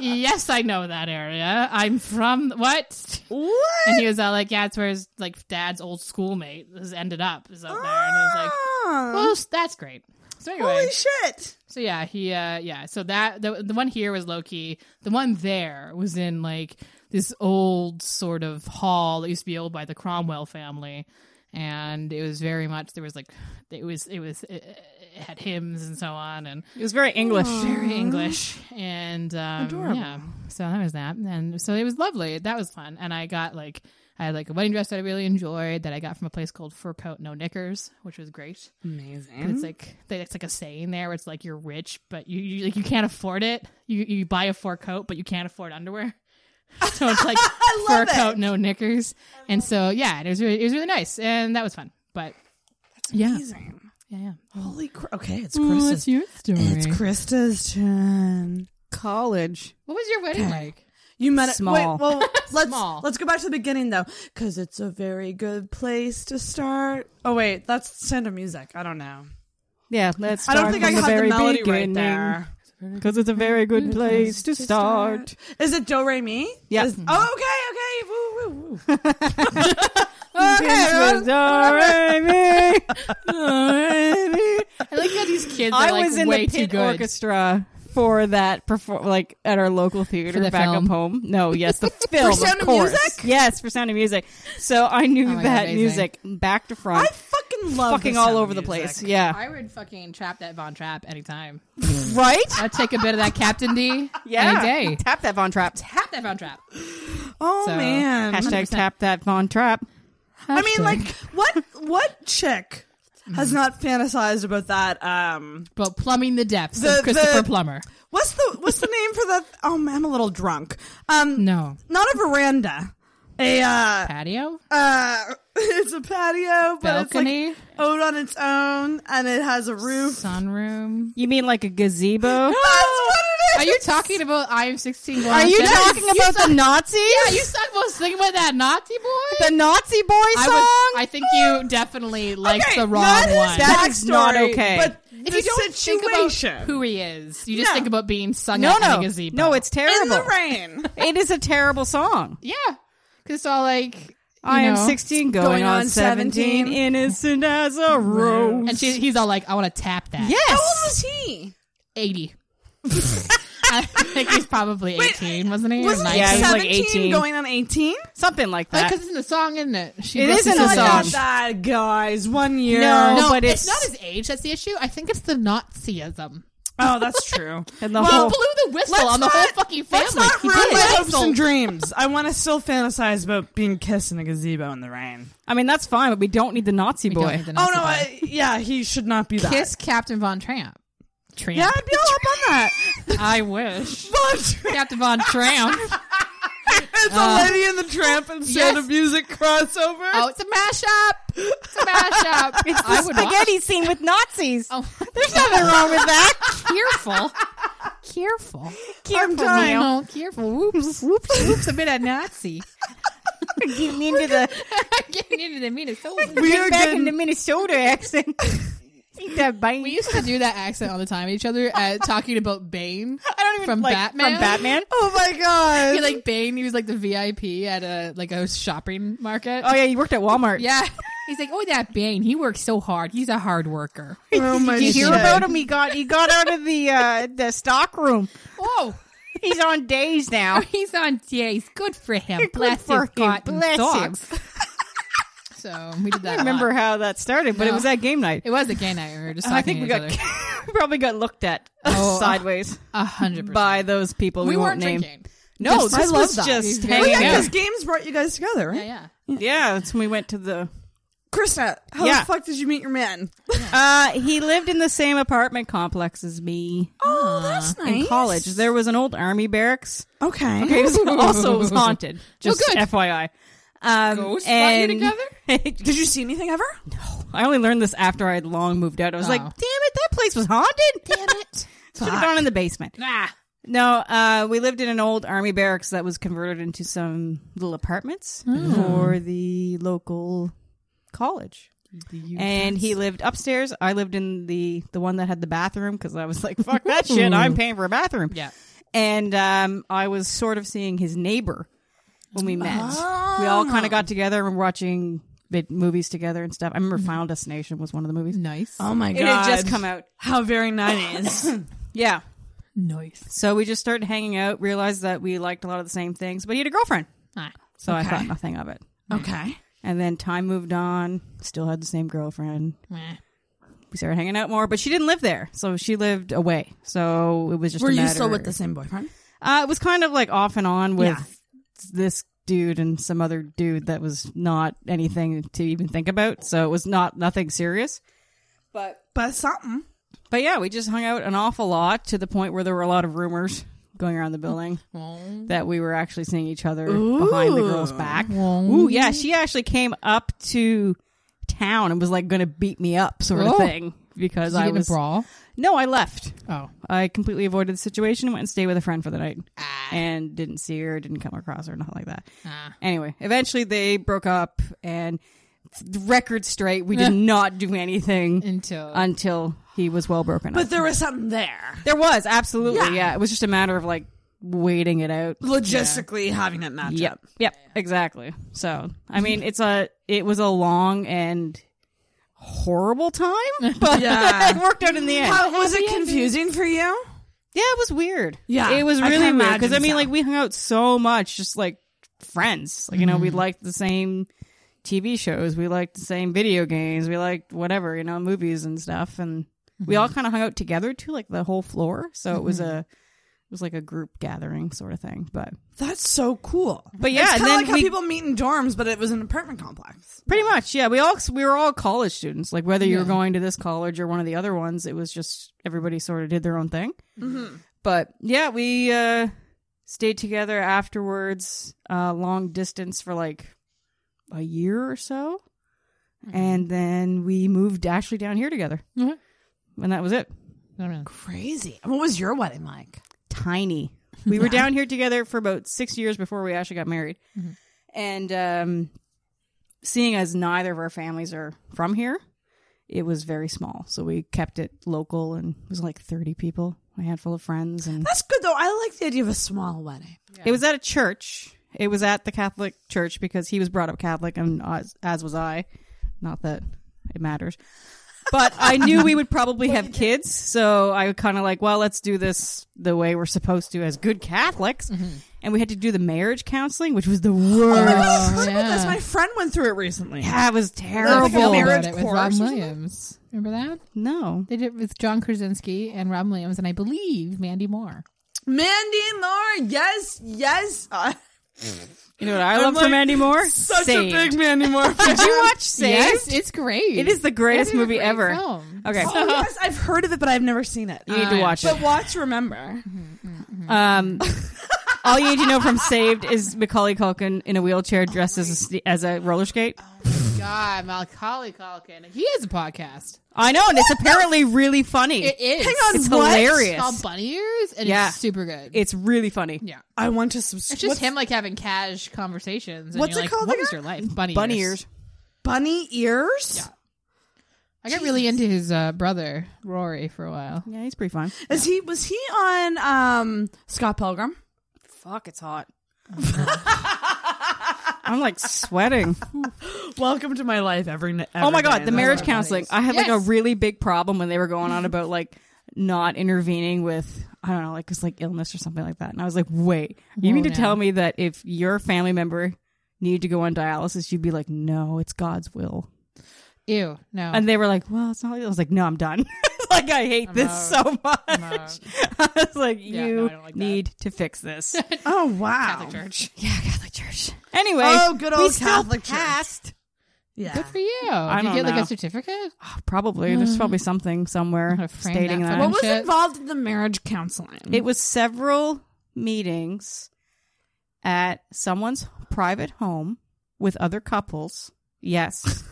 B: yes, I know that area. I'm from what?
D: What?
B: And he was all like, yeah, it's where his like dad's old schoolmate has ended up is out there. And I was like,
D: Ah,
B: well, that's great. So anyway,
D: holy shit!
B: so yeah, he uh yeah, so that the the one here was low key. The one there was in like this old sort of hall that used to be owned by the Cromwell family and it was very much there was like it was it was it, it had hymns and so on and
E: It was very English.
B: very English and um, yeah. So that was that, and so it was lovely. That was fun, and I got like I had like a wedding dress that I really enjoyed that I got from a place called Fur Coat No Knickers, which was great. Amazing.
E: Mm-hmm.
B: It's like they- it's like a saying there where it's like you're rich but you, you like you can't afford it. You you buy a fur coat but you can't afford underwear. So it's like fur
D: love it.
B: coat no knickers, and so yeah, it was really it was really nice, and that was fun. But yeah,
D: Amazing.
B: yeah, yeah.
D: Holy crap! Okay, it's
B: Well,
D: Krista's.
B: what's your story?
D: It's Krista's turn.
E: College.
B: What was your wedding like?
D: You met it.
E: Small.
D: Wait, well, let's
B: Small.
D: let's go back to the beginning though, because it's a very good place to start. Oh wait, that's sound of music. I don't know.
E: Yeah, let's.
D: I don't
E: start
D: think I
E: from the
D: had the
E: very
D: melody right
E: beginning,
D: there.
E: Because it's a very good place to start.
D: Is it Do Re Mi?
E: Yeah.
D: Is- oh, okay, okay. Woo, woo, woo.
E: This was Doremi. Doremi.
B: I like how these kids are
E: I
B: like
E: was in
B: way
E: the
B: too
E: pit
B: good.
E: orchestra for that perform like at our local theater
B: the
E: back
B: film.
E: up home. No, yes, the film.
D: Sound
E: of Oh,
D: of
E: course.
D: Music?
E: Yes, for sound of music. So I knew
B: my God,
E: that
B: amazing.
E: music back to
D: I
E: front,
D: fucking love
E: fucking
D: the
E: all
D: sound
E: over
D: of
E: the
D: music.
E: place. Yeah,
B: I would fucking trap that Von Trapp anytime.
E: right.
B: I'd take a bit of that Captain D
E: Yeah,
B: any day.
E: tap that Von Trapp.
B: Tap that Von Trapp.
D: Oh
B: So-
D: man.
E: Hashtag tap that Von Trapp.
D: I mean, like, what what chick has not fantasized about that? Um,
B: But plumbing the depths
D: The-
B: of Christopher
D: the-
B: Plummer.
D: what's the what's the name for that? Oh, man, I'm a little drunk. Um,
B: No.
D: not a veranda. A uh,
E: Oh,
B: Patio?
D: uh, it's a patio, but
B: Balcony?
D: it's like out on its own, and it has a roof.
B: Sunroom?
E: You mean like a gazebo?
D: That's what it is.
B: Are you talking about I am 16?
E: Are you talking about the Nazis?
B: You talking about singing about that Nazi boy?
E: the Nazi boy song?
B: I, would, I think you definitely liked
D: Okay,
B: the wrong
D: not his
B: one.
E: That is not
D: backstory,
E: okay.
D: But
B: if you don't think
F: situation.
B: about who he is, you just
F: No.
B: think about being sung
E: No,
B: at in a
E: no,
B: gazebo.
E: no, it's
F: in
E: terrible.
F: the rain.
E: It is a terrible song.
B: yeah, because it's all like you
E: I am
B: know.
E: 16 going,
F: Going
E: on
F: on
E: 17,
F: 17.
E: innocent as a rose.
B: and she, he's all like, "I want to tap that."
E: Yes.
F: How old was he?
B: 80. I think he's probably 18, wasn't he?
F: Wasn't he
E: Yeah, he was like
F: 17
E: 18.
F: going on 18?
E: Something like that.
B: Because it's in the song, isn't it? She
E: It
B: dresses
E: is in the
B: as
E: song.
B: a-
F: that, guys. One year.
E: No.
B: No,
E: but
B: but it's,
E: it's-
B: not his age that's the issue. I think it's the Nazism.
F: Oh, that's true.
E: and the
B: He
E: whole,
B: blew the
F: Let's
B: whistle on the whole
F: not-
B: fucking family.
F: Let's not
B: He
F: ruin
B: blew the
F: my hopes
B: whistle.
F: and dreams. I want to still fantasize about being kissed in a gazebo in the rain.
E: I mean, that's fine, but we don't need the Nazi
B: We don't
E: boy.
B: need the
F: Oh
B: Nazi
F: no!
B: boy.
F: I, yeah, he should not be that.
B: Kiss Captain Von Tramp. Tramp.
F: Yeah, I'd be all up on that.
B: I wish.
F: But
B: Captain Von Tramp.
F: it's a lady in the tramp and
B: yes.
F: sound of music crossover.
B: Oh, it's a mashup. It's a mashup. It's I would
E: Spaghetti scene with Nazis.
B: watch. Oh,
E: There's nothing wrong with that.
B: careful. Careful.
E: Careful,
B: Neil.
E: Neil.
B: careful. Whoops. Whoops. Whoops. A bit of Nazi.
E: Getting into the
B: Getting into the Minnesota.
F: we are
E: back into
F: getting
E: Minnesota accent. Eat that bite.
B: We used to do that accent all the time at each other, uh, talking about Bane
E: I don't even
B: from
E: like,
B: Batman.
E: From Batman.
F: Oh my god!
B: He, like Bane, he was like the VIP at a like a shopping market.
E: Oh yeah, you worked at Walmart.
B: yeah. He's like, oh, that Bane. He works so hard. He's a hard worker.
F: oh my
E: Did you hear
F: shit.
E: about him? He got he got out of the uh, the stock room.
B: Whoa.
E: He's on days now.
B: Oh, He's on days. Good for him. Bless
E: for
B: his
E: him.
B: cotton
E: Bless him.
B: socks. so we did that.
E: I
B: a
E: remember
B: lot.
E: how that started, but it
B: No.
E: was that game night.
B: It was a gay night. We were just talking
E: I think we
B: to
E: got
B: each other.
E: we probably got looked at
B: Oh, uh,
E: sideways
B: a hundred percent.
E: by those people we,
B: We
E: won't
B: weren't
E: name.
B: drinking.
E: No,
B: Just-
E: this
B: I love
E: was
B: that.
E: just
B: Yeah,
F: Oh
E: hanging
F: yeah,
E: out.
F: because games brought you guys together, right?
B: Yeah, yeah.
E: Yeah, that's when we went to the.
F: Krista, how
E: Yeah.
F: the fuck did you meet your man?
E: Uh, he lived in the same apartment complex as me
F: Oh, that's nice.
E: in college. There was an old army barracks.
F: Okay.
E: It was also was haunted. Just
B: good.
E: FYI. Um,
B: Ghosts brought you
E: and
F: Did you see anything ever?
E: I only learned this after I had long moved out. I was like,
B: Oh.
E: damn it, that place was haunted.
B: Damn it.
E: Should have gone in the basement.
B: Ah.
E: No, uh, we lived in an old army barracks that was converted into some little apartments for the local college. And he lived upstairs. I lived in the the one that had the bathroom because I was like, "Fuck that shit! I'm paying for a bathroom."
B: Yeah.
E: And um, I was sort of seeing his neighbor when we met.
F: Um,
E: We all kind of got together and were watching bit movies together and stuff. I remember Final Destination was one of the movies.
B: Nice.
F: Oh my
E: It had just come out.
F: How very nineties.
E: Yeah.
B: Nice.
E: So we just started hanging out, realized that we liked a lot of the same things, but he had a girlfriend.
B: Ah.
E: So I
F: Okay.
E: thought nothing of it.
F: okay.
E: And then time moved on, still had the same girlfriend.
B: Meh.
E: We started hanging out more, but she didn't live there. So she lived away. So it was just
F: Were
E: a
F: you
E: matter-
F: still with the same boyfriend?
E: Uh, it was kind of like off and on with
F: Yeah.
E: this dude and some other dude that was not anything to even think about. So it was not nothing serious.
F: But something.
E: But yeah, we just hung out an awful lot to the point where there were a lot of rumors going around the building
B: Oh.
E: that we were actually seeing each other behind the girl's back. Ooh, yeah, she actually came up to town and was like going to beat me up, sort of
B: Oh.
E: thing, because
B: Did you
E: I
B: get in
E: was
B: a brawl?
E: no, I left.
B: Oh.
E: I completely avoided the situation, went and stayed with a friend for the night, and didn't see her, didn't come across her, nothing like that.
B: Ah.
E: Anyway, eventually they broke up, and the record straight, we did not do anything
B: Until.
E: until he was well broken up.
F: But there was something there.
E: There was absolutely, yeah. It was just a matter of like waiting it out.
F: Logistically having that matchup.
E: Yep. Yep. Exactly. So, I mean, it's a it was a long and horrible time, but
F: Yeah.
E: it worked out in the end.
F: How, was it confusing for you?
E: yeah, it was weird.
F: Yeah,
E: it was
F: I can
E: really weird because I
F: imagine
E: mean,
F: so.
E: like we hung out so much, just like friends. Like you know, we
F: Mm-hmm.
E: liked the same TV shows, we liked the same video games, we liked whatever you know, movies and stuff, and we
F: Mm-hmm.
E: all kind of hung out together too, like the whole floor. So it was a it was like a group gathering sort of thing, but
F: That's so cool.
E: But yeah,
F: it's
E: and
F: kind of
E: then
F: like how
E: we-
F: people meet in dorms, but it was an apartment complex.
E: Pretty much, yeah. We all we were all college students. Like whether you were going to this college or one of the other ones, it was just everybody sort of did their own thing. But yeah, we uh, stayed together afterwards, uh, long distance for like a year or so, and then we moved actually down here together,
B: Mhm.
E: and that was it.
B: I don't know.
F: Crazy. What was your wedding like?
E: Tiny. We were down here together for about six years before we actually got married, and um, seeing as neither of our families are from here it was very small. So we kept it local and it was like 30 people, a handful of friends. And
D: That's good though. I like the idea of a small wedding.
E: it was at a church. It was at the Catholic church because he was brought up Catholic and as, as was I. Not that it matters. But I knew we would probably have kids. So I was kind of like, well, let's do this the way we're supposed to as good Catholics. And we had to do the marriage counseling, which was the worst.
D: I've heard about
B: yeah.
D: this. My friend went through it recently.
E: Yeah, it was
B: I think I
E: terrible.
B: read
F: marriage
B: it with
F: course or
B: Rob
F: something?
B: Williams. Remember that?
E: No.
B: They did it with John Krasinski and Rob Williams, and I believe Mandy Moore.
F: Mandy Moore, yes, yes. Uh,
E: You know what I love
F: like,
E: from Andy Moore?
F: such
E: Saved.
F: a big Mandy Moore fan.
E: Did you watch Saved?
B: Yes, it's great.
E: It is the
B: It
E: greatest
B: is a
E: movie
B: great
E: ever.
B: film.
E: Okay.
D: Oh, yes, I've heard of it, but I've never seen it.
E: You need to watch it.
F: But watch, remember.
E: Um, all you need to know from Saved is Macaulay Culkin in a wheelchair dressed as a st- as a roller skate.
B: God, Macaulay Culkin. He has a podcast.
E: I know, and it's apparently really funny.
B: It is.
E: Hang on, it's
D: what?
B: It's called
E: hilarious.
B: Bunny Ears, and
E: Yeah.
B: it's super good.
E: It's really funny.
B: yeah.
F: I want to subscribe.
B: It's just him like having cash conversations. And
F: What's
B: you're
F: it
B: like,
F: called
B: What was
F: again?
B: your life? Bunny,
E: Bunny ears.
F: bunny ears.
B: I got really into his uh, brother Rory for a while.
E: Yeah, he's pretty fun.
F: Is he was he on um Scott Pilgrim?
E: Fuck, it's hot. I'm like sweating.
F: Welcome to my life every, every
E: Oh my god,
F: day.
E: the marriage counseling. I had like a
B: Yes.
E: really big problem when they were going on about like not intervening with I don't know, like it's like illness or something like that. And I was like, wait, you
B: Whoa,
E: mean to
B: now.
E: tell me that if your family member needed to go on dialysis, you'd be like, no, it's God's will.
B: Ew, no.
E: And they were like, well, it's not. Like I was like, no, I'm done. like I hate this so much.
B: out.
E: I was like,
B: uh, Yeah,
E: you
B: no, I don't like that.
E: need to fix this.
F: Oh wow.
B: Catholic Church.
E: yeah, Catholic Church. Anyway,
F: Oh, good
E: we
F: old
E: still
F: Catholic Church.
E: passed.
F: Yeah.
B: Good for you. Did
E: don't
B: you get like
E: know.
B: a certificate?
E: Probably there's probably something somewhere
B: Mm. Gotta frame
E: stating
B: that
E: that.
B: for
F: What was
B: Shit.
F: involved in the marriage counseling?
E: It was several meetings at someone's private home with other couples. Yes.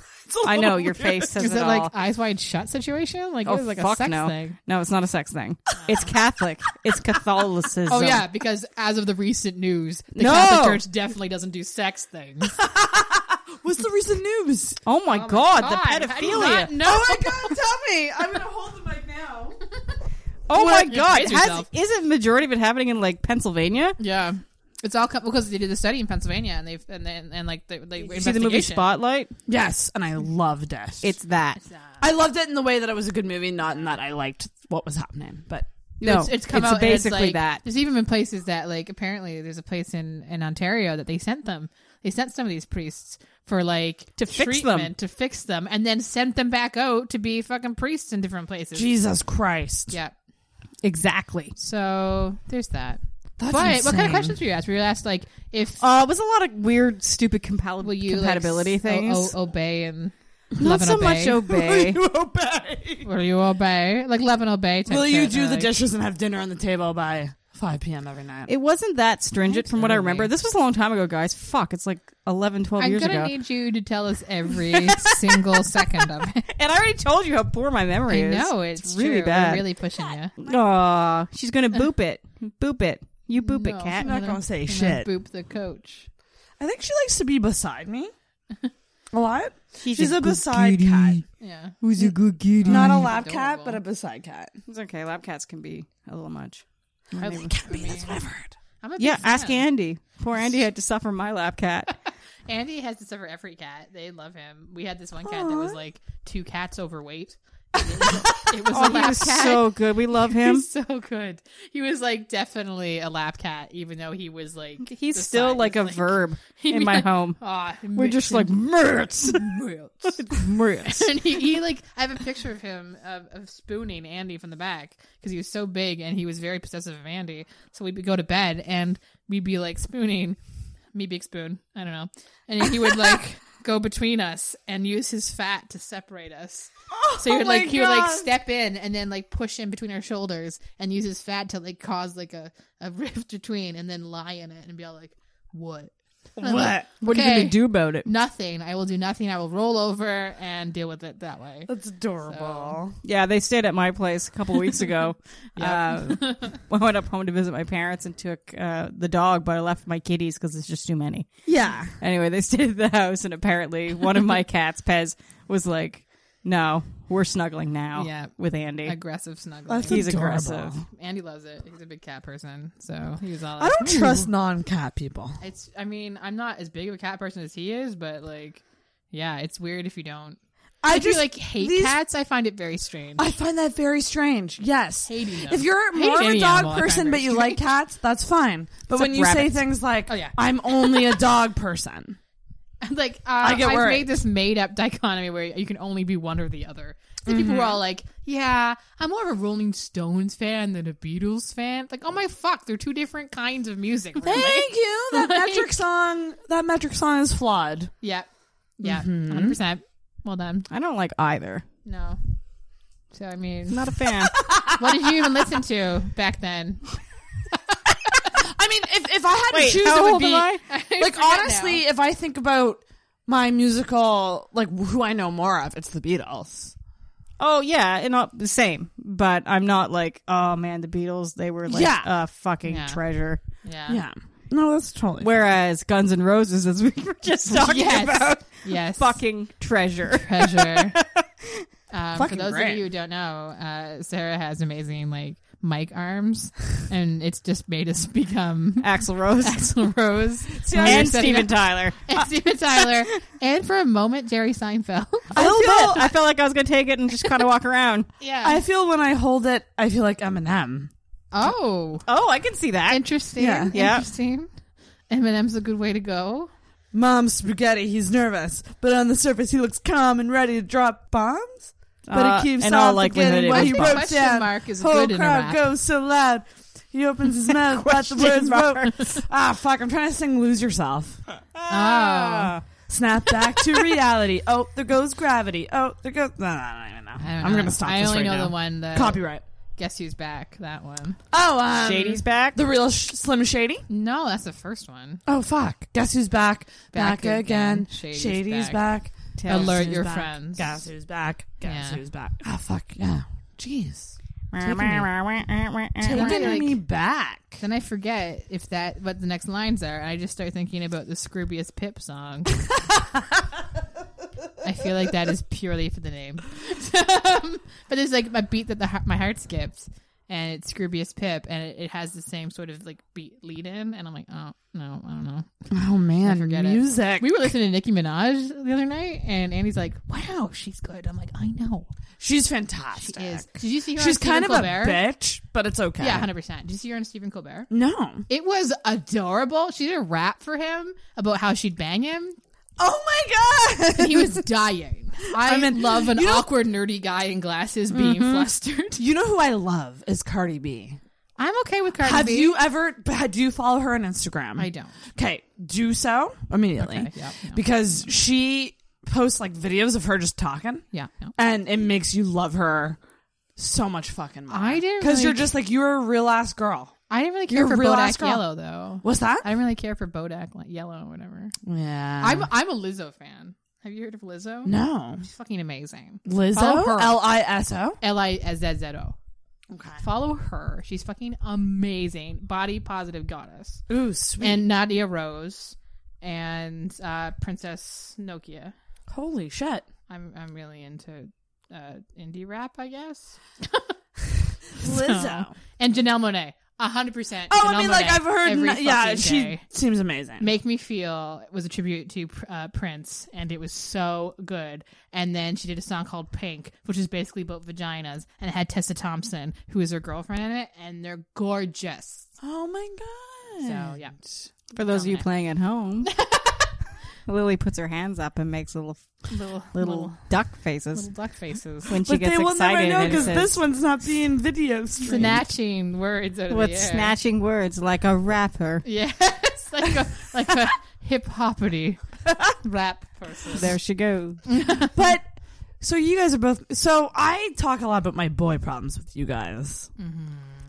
E: I know your face says
B: Is
E: it
B: it
E: all.
B: like eyes wide shut situation? Like it
E: oh,
B: was like
E: fuck
B: a sex
E: no.
B: thing.
E: No, it's not a sex thing. It's Catholic. it's Catholicism.
B: Oh yeah, because as of the recent news, the
E: No!
B: Catholic Church definitely doesn't do sex things.
F: What's the recent news?
E: Oh
B: Oh
E: my,
B: my
E: god, the
B: God, how do you not
E: pedophilia.
B: know?
F: Oh my god, tell me. I'm gonna hold the mic now.
E: Oh my
B: What? You
E: god.
B: praise
E: Has,
B: yourself.
E: isn't majority of it happening in like Pennsylvania?
B: Yeah, it's all co- because they did the study in Pennsylvania, and they've and then and like they, they
E: You see the movie Spotlight?
F: Yes, and I loved it.
E: It's that.
F: I loved it in the way that it was a good movie, not in that I liked what was happening. But
E: No,
B: it's, it's come
E: it's
B: out and it's,
E: basically
B: like-
E: that.
B: There's even been places that like apparently there's a place in in Ontario that they sent them. They sent some of these priests for like
E: To fix them.
B: treatment, to fix them, and then sent them back out to be fucking priests in different places.
F: Jesus Christ.
B: Yeah.
E: Exactly.
B: So there's that.
F: That's
B: but what kind
F: insane.
B: of questions were you asked? Were you asked like if
E: Uh, it was a lot of weird, stupid compal-
B: will you like,
E: compatibility
B: s- oh, o-
E: things.
B: o- obey and
E: Not
B: love
E: so
B: and
E: much
B: obey?
E: obey.
F: Will you obey?
B: will you obey like love and obey? Type
F: Will you
B: shit,
F: do
B: or,
F: the
B: like-
F: dishes and have dinner on the table by 5 p.m. every night?
E: It wasn't that stringent from what I remember.
B: Absolutely.
E: This was a long time ago, guys. Fuck, it's like 11, 12
B: I'm
E: years
B: gonna
E: ago.
B: need you to tell us every single second of it.
E: and I already told you how poor my memory
B: I
E: is.
B: know it's,
E: really
B: true.
E: bad.
B: We're really pushing you.
E: Aw, she's going to boop it. Boop it. You boop it,
B: No.
E: cat.
B: I'm
F: gonna say
B: I'm gonna
F: shit.
B: Boop the coach.
F: I think she likes to be beside me a lot.
E: She's,
F: She's
E: a,
F: a beside cat.
B: Yeah.
E: who's a good kitty.
F: Not a lab
B: Adorable.
F: cat, but a beside cat.
E: It's okay. Lab cats can be a little much.
B: I like
F: Can be, that's what I've heard.
B: I'm a big
E: Yeah, ask
B: fan.
E: Andy. Poor Andy had to suffer my lab cat.
B: Andy has to suffer every cat. They love him. We had this one cat that was like two cats overweight. It was a
E: oh, he
B: lap
E: was
B: cat.
E: so good. We love
B: He
E: him.
B: was so good. He was like definitely a lap cat, even though he was like
E: He's
B: the
E: still
B: size,
E: like a verb in my home.
B: Aw,
E: We're just like merts. merts.
B: and he, he like I have a picture of him of, of spooning Andy from the back because he was so big and he was very possessive of Andy. So we'd be- go to bed and we'd be like spooning, me big spoon, I don't know, and he would like go between us and use his fat to separate us. So he would
F: my
B: like he would like
F: God.
B: step in and then like push in between our shoulders and use his fat to like cause like a, a rift between and then lie in it and be all like, what? And I'm like,
E: What are you
B: Okay.
E: going to do about it?
B: Nothing. I will do nothing. I will roll over and deal with it that way.
F: That's adorable.
E: Yeah, they stayed at my place a couple weeks ago. uh, I went up home to visit my parents and took uh, the dog, but I left my kitties because it's just too many.
F: Yeah.
E: Anyway, they stayed at the house, and apparently one of my cats, Pez, was like, No, we're snuggling now.
B: Yeah.
E: with Andy.
B: Aggressive snuggling.
D: That's
E: He's
D: adorable.
E: aggressive.
B: Andy loves it. He's a big cat person, so he was all.
D: I
B: Like, "Hmm."
D: don't trust non-cat people.
B: It's. I mean, I'm not as big of a cat person as he is, but like, yeah, it's weird if you don't.
D: I
B: if
D: just
B: you like hate
D: these-
B: cats, I find it very strange.
D: I find that very strange. Yes,
B: Hating them.
D: if you're
B: Hating
D: more of a
B: any
D: dog
B: animal, I find
D: person but
B: very
D: you like cats, that's fine. But when
B: Except
D: you say
B: rabbits.
D: things like,
B: Oh, yeah.
D: "I'm only a dog person,"
B: like uh,
D: I
B: I
D: get
B: have
D: worried.
B: made this made up dichotomy where you can only be one or the other. The people
D: Mm-hmm.
B: were all like, "Yeah, I'm more of a Rolling Stones fan than a Beatles fan." Like, oh my fuck, they're two different kinds of music. Really?
D: thank you. That
B: Like-
D: metric song, that metric song is flawed.
B: yeah, yeah,
D: Mm-hmm.
B: 100 percent. Well done.
E: I don't like either.
B: No, so I mean,
E: Not a fan.
B: what did you even listen to back then?
D: I mean, if if I had to choose,
E: how
D: it would
E: old
D: be
E: am I?
D: like honestly, if I think about my musical, like who I know more of, it's the Beatles.
E: oh yeah, and not the same. But I'm not like, oh man, the Beatles. They were like
D: Yeah.
E: a fucking
B: Yeah.
E: treasure.
B: Yeah.
D: Yeah, no, that's totally.
E: Whereas Guns N' Roses, as we were just talking
B: Yes.
E: about,
B: Yes.
E: fucking treasure.
B: treasure. um, for
E: Fucking
B: those
E: great.
B: of you who don't know, uh, Sarah has amazing like mic arms, and it's just made us become
E: Axl Rose
B: Axl Rose
E: and Steven Tyler.
B: and Steven Tyler, and for a moment Jerry Seinfeld.
E: I feel, I felt like I was gonna take it and just kind of walk around.
B: yeah.
D: I feel when I hold it, I feel like Eminem.
B: oh,
E: Oh, I can see that.
B: interesting.
D: Yeah.
E: Yeah.
B: Interesting. Eminem's a good way to go.
D: Mom's spaghetti. He's nervous, but on the surface, he looks calm and ready to drop bombs. But
E: Uh,
D: he keeps
E: in
D: on
E: all likelihood,
D: forgetting
E: it
D: what
E: was
D: he
E: bombs.
D: wrote
B: Question
D: down.
B: mark is
D: Whole
B: good in a
D: crowd
B: rap.
D: goes so loud. He opens his mouth, but the words
E: Question mark.
D: wrote. Ah, fuck! I'm trying to sing "Lose Yourself."
B: Ah.
D: Snap back to reality. Oh, there goes gravity. Oh, there goes. No, no, I don't even know.
B: Oh. I don't
D: I'm
B: know.
D: gonna stop.
B: I
D: this
B: only
D: right
B: know
D: now.
B: the one that
D: Copyright.
B: Guess who's back? That one.
D: Oh, um,
E: Shady's back.
D: The real sh- Slim Shady.
B: No, that's the first one.
D: Oh fuck! Guess who's back? Back,
B: Back
D: again.
B: again. Shady's
D: Shady's back.
B: back.
E: Tails.
B: Alert
D: who's
B: your
D: back.
B: friends.
D: Guess who's back? Guess
B: Yeah.
D: who's back? Oh fuck yeah! Jeez,
B: Then I,
D: taking
B: like-
D: me back.
B: Then I forget if that what the next lines are, and I just start thinking about the Scroobius Pip song. I feel like that is purely for the name, but it's like a beat that the heart- my heart skips, and it's Scroobius Pip, and it, it has the same sort of like beat lead in, and I'm like, oh no, I don't know.
D: Oh man,
B: forget it.
D: music.
B: We were listening to Nicki Minaj the other night, and Andy's like, wow, she's good. I'm like, I know
D: She's
B: she
D: fantastic.
B: is. Did you see her?
D: She's
B: on Stephen
D: kind of
B: Colbert?
D: a bitch, but it's okay.
B: Yeah, hundred percent. Did you see her on Stephen Colbert?
D: no.
B: It was adorable. She did a rap for him about how she'd bang him.
D: Oh my god.
B: He was dying. I,
D: mean,
B: love an
D: you know-
B: awkward, nerdy guy in glasses being flustered.
D: you know who I love is Cardi B.
B: I'm okay with Cardi
D: Have
B: B.
D: you ever? Do you follow her on Instagram?
B: I don't.
D: Okay, do so immediately
B: Okay, yeah, yeah.
D: because she posts like videos of her just talking.
B: Yeah, no.
D: and it makes you love her so much fucking more.
B: I didn't
D: because you're
B: really-
D: just like you're a real ass girl.
B: I didn't really care
D: You're
B: for
D: a real ass
B: Bodak
D: girl.
B: Yellow though.
D: What's that?
B: I didn't really care for Bodak like, Yellow or whatever.
D: yeah,
B: I'm I'm a Lizzo fan. Have you heard of Lizzo?
D: no
B: She's fucking amazing. Follow
D: Lizzo.
B: her.
D: L I S O.
B: L I Z Z O.
D: Okay.
B: Follow her. She's fucking amazing. Body positive goddess.
D: Ooh, sweet.
B: and Nadia Rose and uh, Princess Nokia.
D: Holy shit.
B: I'm I'm really into uh, indie rap, I guess.
D: Lizzo.
B: And Janelle Monet, hundred percent.
D: Oh, I mean, like I've heard.
B: Every
D: n- yeah,
B: fucking
D: she
B: day.
D: seems amazing.
B: Make Me Feel was a tribute to uh, Prince, and it was so good. And then she did a song called Pink, which is basically about vaginas, and it had Tessa Thompson, who is her girlfriend, in it, and they're gorgeous.
D: oh my god.
B: So yeah,
E: For those of you
B: Dominant.
E: playing at home, Lily puts her hands up and makes little
B: little
E: little,
B: little,
E: duck faces
B: little duck faces.
E: when she
D: But
E: gets
D: they will never
E: excited.
D: know
E: and
D: because
E: says,
D: this one's not being video streamed.
B: snatching words out of
E: with
B: the air.
E: snatching words like a rapper.
B: Yes, like a like a hip hoppity rap person.
E: There she goes.
D: But so you guys are both. So I talk a lot about my boy problems with you guys.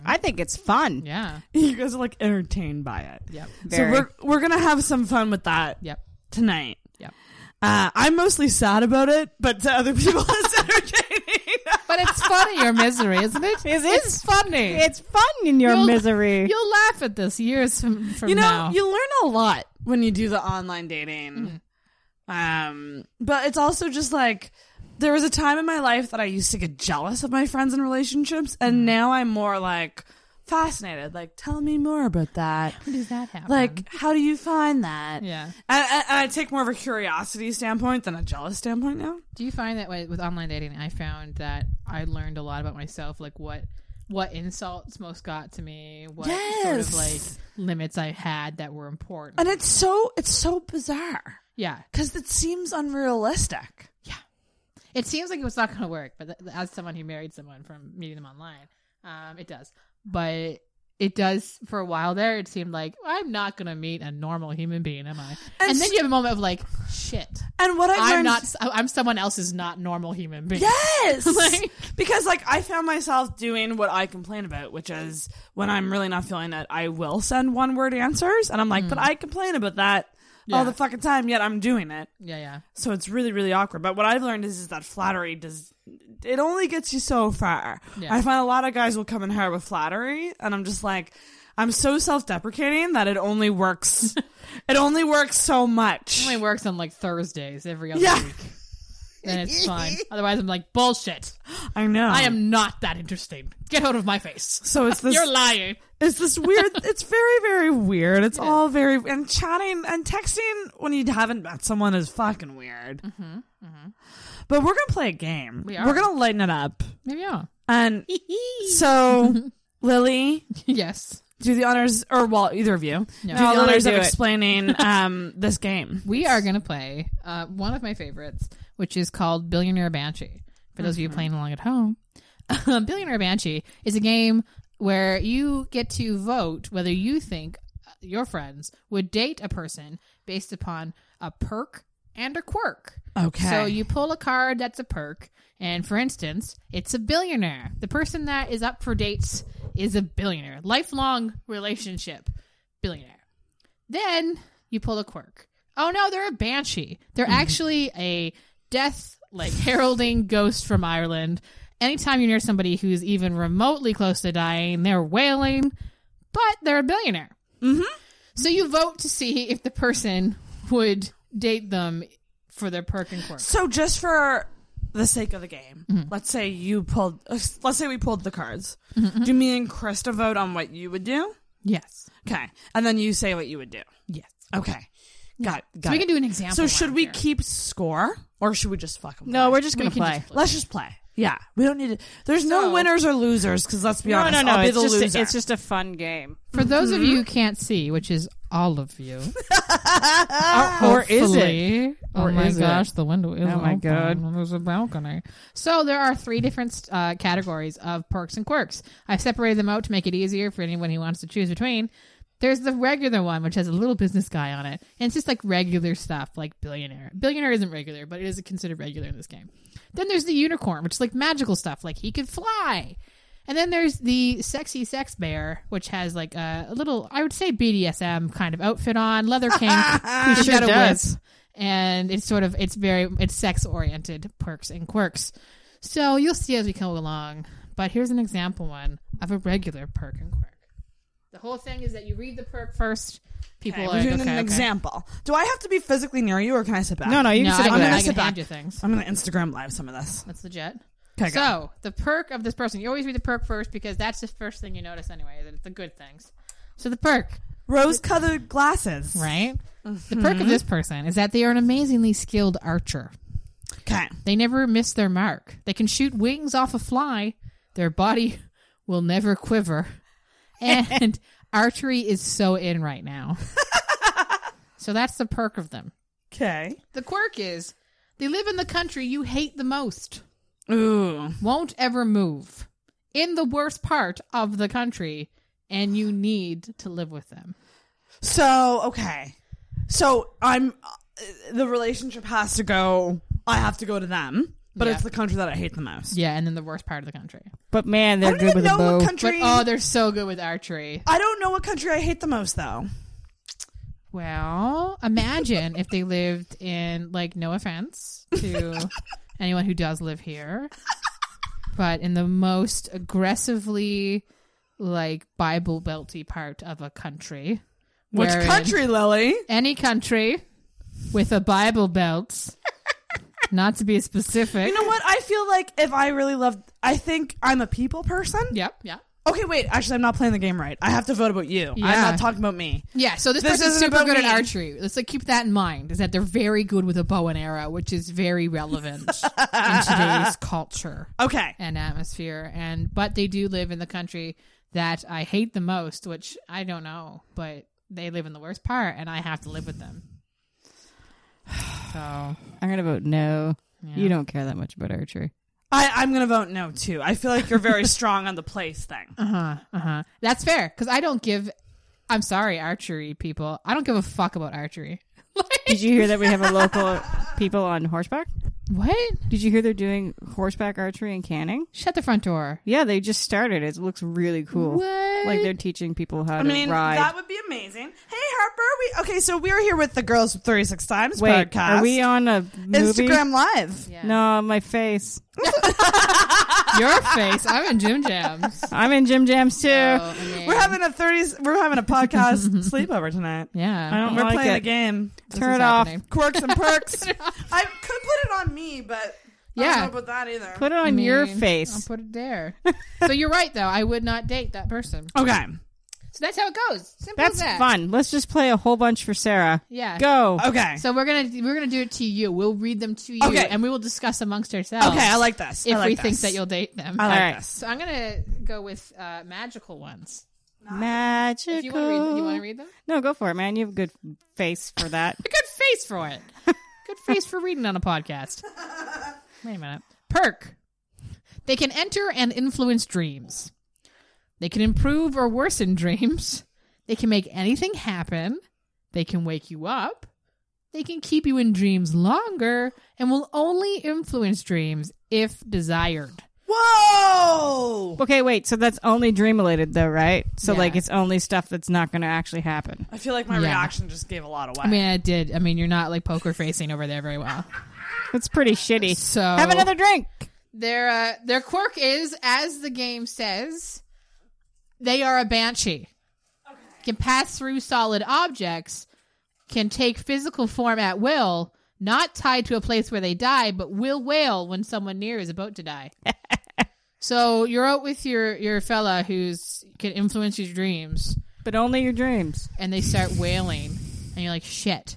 E: I think it's fun.
B: Yeah.
D: You guys are like entertained by it.
B: Yep.
E: Very.
D: So we're we're gonna have some fun with that
B: Yep.
D: tonight.
B: Yep.
D: Uh, I'm mostly sad about it, but to other people, it's entertaining.
B: But it's funny your misery, isn't it?
E: It is.
B: It's funny.
E: it's fun in your
B: You'll-
E: misery.
B: You'll laugh at this years from, from
D: you know,
B: now.
D: you learn a lot
B: Mm-hmm.
D: when you do the online dating. Um, but it's also just like there was a time in my life that I used to get jealous of my friends and relationships,
B: Mm-hmm.
D: and now I'm more like fascinated. Like, tell me more about that.
B: How does that happen?
D: Like, how do you find that?
B: Yeah.
D: And, and, and I take more of a curiosity standpoint than a jealous standpoint now.
B: Do you find that with, with online dating, I found that I learned a lot about myself, like what what insults most got to me, what sort of
D: Yes.
B: like limits I had that were important.
D: And it's so it's so bizarre
B: yeah,
D: because it seems unrealistic.
B: it seems like it was not going to work, but th- as someone who married someone from meeting them online, um, it does. But it does for a while there. It seemed like I'm not going to meet a normal human being, am I? And,
D: And
B: then
D: s-
B: you have a moment of like, shit,
D: And what I've
B: I'm
D: learned,
B: not. s- I'm someone else's not normal human being.
D: Yes,
B: Like-
D: because like I found myself doing what I complain about, which is when I'm really not feeling it, I will send one word answers, and I'm like, but I complain about that
B: Yeah.
D: all the fucking time, yet I'm doing it,
B: Yeah, yeah.
D: so it's really really awkward. But what I've learned is is that flattery does it only gets you so far.
B: Yeah.
D: I find a lot of guys will come in hard with flattery, and I'm just like. I'm so self-deprecating that it only works. it only works so much.
B: It only works on like Thursdays every other
D: Yeah.
B: week. Then it's fine. Otherwise, I'm like bullshit.
D: I know.
B: I am not that interesting. Get out of my face.
D: So it's this.
B: You're lying.
D: It's this weird. it's very, very weird. It's all very and chatting and texting when you haven't met someone is fucking weird. But we're gonna play a game.
B: Mm-hmm, We are.
D: We're gonna lighten it up.
B: Maybe yeah.
D: And so, Lily,
B: Yes.
D: do the honors, or well, either of you, do
B: No,
D: the
F: Lily,
D: honors
F: do
D: of
F: it.
D: explaining um, this game.
B: We are going to play uh, one of my favorites, which is called Billionaire Banshee. For those of you playing along at home, Billionaire Banshee is a game where you get to vote whether you think uh, your friends would date a person based upon a perk and a quirk.
D: Okay.
B: So you pull a card that's a perk, and for instance, it's a billionaire. The person that is up for dates is a billionaire. Lifelong relationship, billionaire. Then you pull a quirk. Oh no, they're a banshee. They're
D: Mm-hmm.
B: actually a death, like heralding ghost from Ireland. Anytime you're near somebody who's even remotely close to dying, they're wailing, but they're a billionaire. Mm-hmm. So you vote to see if the person would date them for their perk and quirk.
D: So just for the sake of the game,
F: Mm-hmm.
D: let's say you pulled. Let's say we pulled the cards.
F: Mm-hmm.
D: Do me and Krista vote on what you would do?
B: Yes.
D: Okay, and then you say what you would do.
B: Yes.
D: Okay. Got, got
B: So we
D: it.
B: can do an example.
D: So should
B: round
D: we
B: here.
D: keep score or should we just fuck them?
F: No, we're just gonna play.
D: Let's just play. Yeah, we don't need to. There's no
F: So-
D: winners or losers because let's be
F: no,
D: honest,
F: no, no.
D: I'll be
F: It's
D: the
F: just,
D: loser.
F: A, it's just a fun game.
B: For those of you who
F: Mm-hmm.
B: can't see, which is all of you, uh,
F: or is it?
B: Hopefully. Oh
F: Or
B: my
F: is it?
B: gosh, the window is
F: Oh my
B: open
F: God.
B: and there's a balcony. So there are three different uh, categories of perks and quirks. I've separated them out to make it easier for anyone who wants to choose between. There's the regular one, which has a little business guy on it, and it's just like regular stuff, like billionaire. Billionaire isn't regular, but it is considered regular in this game. Then there's the unicorn, which is like magical stuff, like he could fly. And then there's the sexy sex bear, which has like a, a little, I would say BDSM kind of outfit on, leather kink. he
F: sure does.
B: And it's sort of, it's very, it's sex oriented perks and quirks. So you'll see as we go along. But here's an example one of a regular perk and quirk. The whole thing is that you read the perk first. People are
D: Okay, we're
B: like,
D: doing
B: okay,
D: an
B: okay.
D: example. Do I have to be physically near you or can I sit back?
F: No, no. You
B: No,
F: can
B: I
F: sit
B: can,
F: on
D: gonna
B: I
F: there.
D: sit
B: can hand
D: back.
B: you things.
D: I'm gonna Instagram live some of this.
B: That's legit.
D: Okay, go.
B: So the perk of this person, you always read the perk first because that's the first thing you notice anyway. That it's the good things. So the perk,
D: Rose-colored glasses.
B: right? The perk of this person is that they are an amazingly skilled archer.
D: Okay.
B: They never miss their mark. They can shoot wings off a fly. Their body will never quiver. And archery is so in right now. so that's the perk of them.
D: Okay.
B: The quirk is they live in the country you hate the most.
D: Ooh.
B: won't ever move in the worst part of the country and you need to live with them.
D: So okay. So I'm. Uh, the relationship has to go. I have to go to them, but
B: Yeah.
D: it's the country that I hate the most.
B: Yeah, and then the worst part of the country.
E: But man,
D: I
E: they're
D: don't
E: good
D: even
E: with a
D: know
E: bow.
D: what
B: But
D: country.
B: oh, they're so good with archery.
D: I don't know what country I hate the most, though.
B: Well, imagine if they lived in like no offense to anyone who does live here, but in the most aggressively like Bible belty part of a country.
D: Which
B: wherein-
D: country, Lily?
B: any country with a Bible belt Not to be specific.
D: You know what? I feel like if I really loved, I think I'm a people person.
B: Yep. Yeah.
D: Okay, wait. Actually, I'm not playing the game right. I have to vote about you. I'm
B: Yeah.
D: not talking about me.
B: Yeah, so this,
D: This
B: person's
D: isn't
B: super
D: about
B: good
D: me.
B: at archery. Let's like keep that in mind. Is that they're very good with a bow and arrow, which is very relevant in today's culture
D: Okay.
B: and atmosphere. And but they do live in the country that I hate the most, which I don't know, but they live in the worst part, and I have to live with them. So
E: I'm gonna vote no.
B: yeah.
E: You don't care that much about archery.
D: I, I'm going to vote no, too. I feel like you're very strong on the place thing.
B: Uh huh. Uh huh. That's fair because I don't give. I'm sorry, archery people. I don't give a fuck about archery. like,
E: Did you hear that we have a local people on horseback?
B: what?
E: Did you hear they're doing horseback archery in Canning?
B: Shut the front door.
E: Yeah, they just started. It looks really cool.
B: What?
E: Like they're teaching people how
D: I
E: to
D: mean,
E: ride.
D: that would be amazing. Hey, Harper. We Okay, so we're here with the Girls 36 Times
E: Wait,
D: podcast.
E: are we on a movie?
D: Instagram Live.
E: No, my face.
B: Your face. I'm in Jim Jams.
E: I'm in Jim Jams too.
B: Oh, okay.
D: We're having a 30s, we're having a podcast sleepover tonight.
E: I
B: yeah.
E: don't
D: We're
E: like
D: playing
E: it.
D: a game.
B: This
E: Turn
B: is
E: it off.
B: happening.
D: Quirks and perks. I could put it on me, but I
B: Yeah.
D: don't know about that either.
E: Put it on
B: I mean,
E: your
B: I'll
E: face.
B: put it there. so you're right, though. I would not date that person.
D: okay.
B: So that's how it goes. Simple
E: That's
B: as that.
E: fun. Let's just play a whole bunch for Sarah.
B: Yeah.
E: Go.
D: Okay.
B: So we're gonna we're gonna do it to you. We'll read them to you,
D: Okay.
B: and we will discuss amongst ourselves.
D: okay, I like this.
B: if
D: I like
B: we
D: this.
B: think that you'll date them.
D: I like
E: All right.
D: this.
B: So I'm gonna go with uh, magical ones.
E: Magical.
B: If you want to read, you want to read them.
E: No, go for it, man. You have a good face for that.
B: A good face for it. Good face for reading on a podcast. Wait a minute. Perk. They can enter and influence dreams. They can improve or worsen dreams. They can make anything happen. They can wake you up. They can keep you in dreams longer and will only influence dreams if desired.
D: Whoa!
E: Okay, wait. So that's only dream related, though, right? So
B: Yeah.
E: like, it's only stuff that's not going to actually happen.
D: I feel like my
B: Yeah.
D: reaction just gave a lot away.
B: I mean, I did. I mean, you're not like poker facing over there very well.
E: It's pretty shitty.
B: So
E: have another drink.
B: Their uh, their quirk is, as the game says, they are a banshee. Can pass through solid objects. Can take physical form at will. Not tied to a place where they die, but will wail when someone near is about to die. so you're out with your your fella who's can influence your dreams,
E: But only your dreams.
B: and they start wailing, and you're like, shit.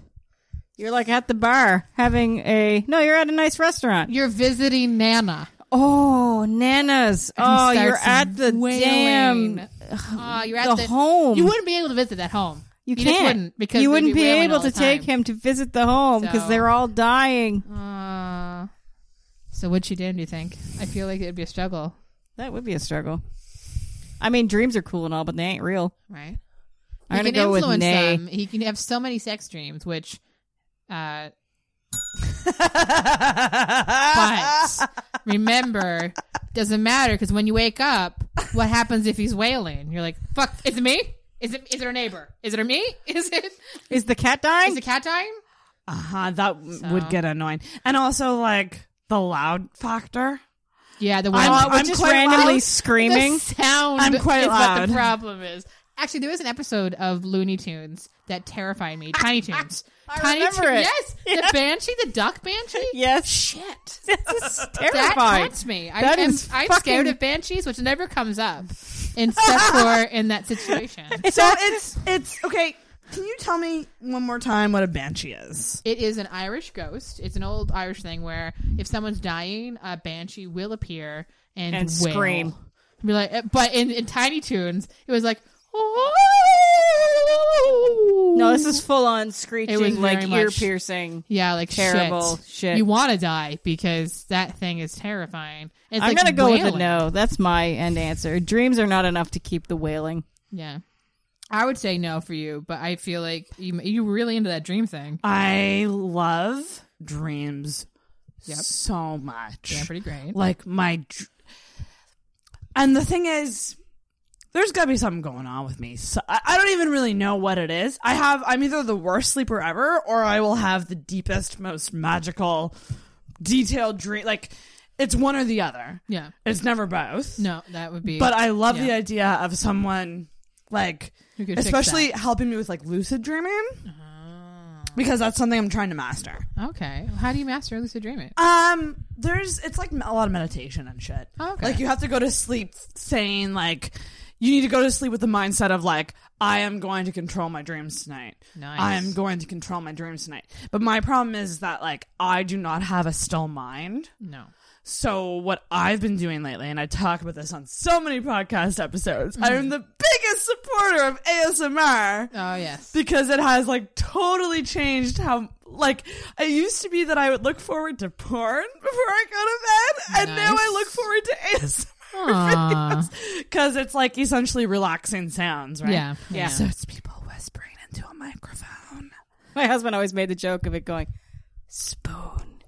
E: You're like at the bar having a no. You're at a nice restaurant.
B: You're visiting Nana.
E: Oh, nanas. Oh,
B: He
E: you're
B: starts
E: at the
B: wailing.
E: damn
B: Aw, you're at
E: the, home.
B: You wouldn't be able to visit that home.
E: You,
B: just
E: can't
B: wouldn't because
E: you
B: they'd
E: wouldn't be,
B: wailing
E: able
B: all the
E: to take
B: time.
E: him to visit the home because
B: So-
E: they're all dying.
B: Uh, so what'd she do? Do you think? I feel like it'd be a struggle,
E: That would be a struggle. I mean, dreams are cool and all, but they ain't real.
B: right?
E: I'm
B: he can
E: gonna go with
B: influence
E: nay.
B: them. He can have so many sex dreams, which, uh, but remember, doesn't matter because when you wake up, what happens if he's wailing? You're like, fuck, is it me? Is it? Is it a neighbor? Is it a me? Is it?
E: Is the cat
B: Is
E: dying?
B: it cat time?
D: uh-huh, that w- would get annoying. And also, like, the loud factor.
B: Yeah, the
E: Oh,
B: wailing.
D: I'm- I'm
E: just
D: quite
E: randomly
D: loud.
E: screaming.
B: The sound
D: I'm quite
B: is what
D: loud.
B: the problem is. Actually, there was an episode of Looney Tunes that terrified me. Tiny Tunes. Tiny
E: remember
B: Toon-
E: it.
B: Yes, the banshee, the duck banshee.
E: Yes. Shit. This is
B: That
E: terrifying.
B: haunts me. I,
E: That
B: am,
E: is
B: I'm
E: fucking-
B: scared of banshees, which never comes up, except for in that situation.
D: So it's, it's, okay, can you tell me one more time what a banshee is?
B: It is an Irish ghost. It's an old Irish thing where if someone's dying, a banshee will appear and,
E: And
B: wail.
E: scream.
B: Be like, eh, but in, in Tiny Toons, it was like, oh.
E: No, this is full on screeching,
B: It was
E: like
B: very
E: ear
B: much-
E: piercing.
B: Yeah, like
E: Terrible
B: shit.
E: shit.
B: You want to die because that thing is terrifying. It's
E: I'm
B: like
E: gonna go with a
B: wailing.
E: no. That's my end answer. Dreams are not enough to keep the wailing.
B: Yeah, I would say no for you, but I feel like you you were really into that dream thing.
D: I love dreams
B: Yep.
D: so much.
B: Yeah, pretty great.
D: like my dr- and the thing is there's got to be something going on with me so I, I don't even really know what it is i have i'm either the worst sleeper ever or i will have the deepest most magical detailed dream like it's one or the other
B: Yeah,
D: it's never both
B: no, that would be.
D: but i love the
B: Yeah.
D: idea of someone like
B: Who could fix Ah.
D: especially helping me with like lucid dreaming because that's something I'm trying to master.
B: Okay. How do you master lucid dreaming?
D: Um, there's it's like a lot of meditation and shit.
B: Oh, Okay.
D: Like you have to go to sleep saying like you need to go to sleep with the mindset of like I am going to control my dreams tonight.
B: Nice.
D: I am going to control my dreams tonight. But my problem is that like I do not have a still mind.
B: No.
D: So what I've been doing lately, and I talk about this on so many podcast episodes, I am the biggest supporter of ASMR
B: Oh yes.
D: because it has like totally changed how like it used to be that I would look forward to porn before I go to bed, and now I
B: Nice.
D: look forward to ASMR
B: Aw.
D: videos because it's like essentially relaxing sounds, right?
B: Yeah. Yeah.
D: So it's people whispering into a microphone.
E: My husband always made the joke of it going, spoon.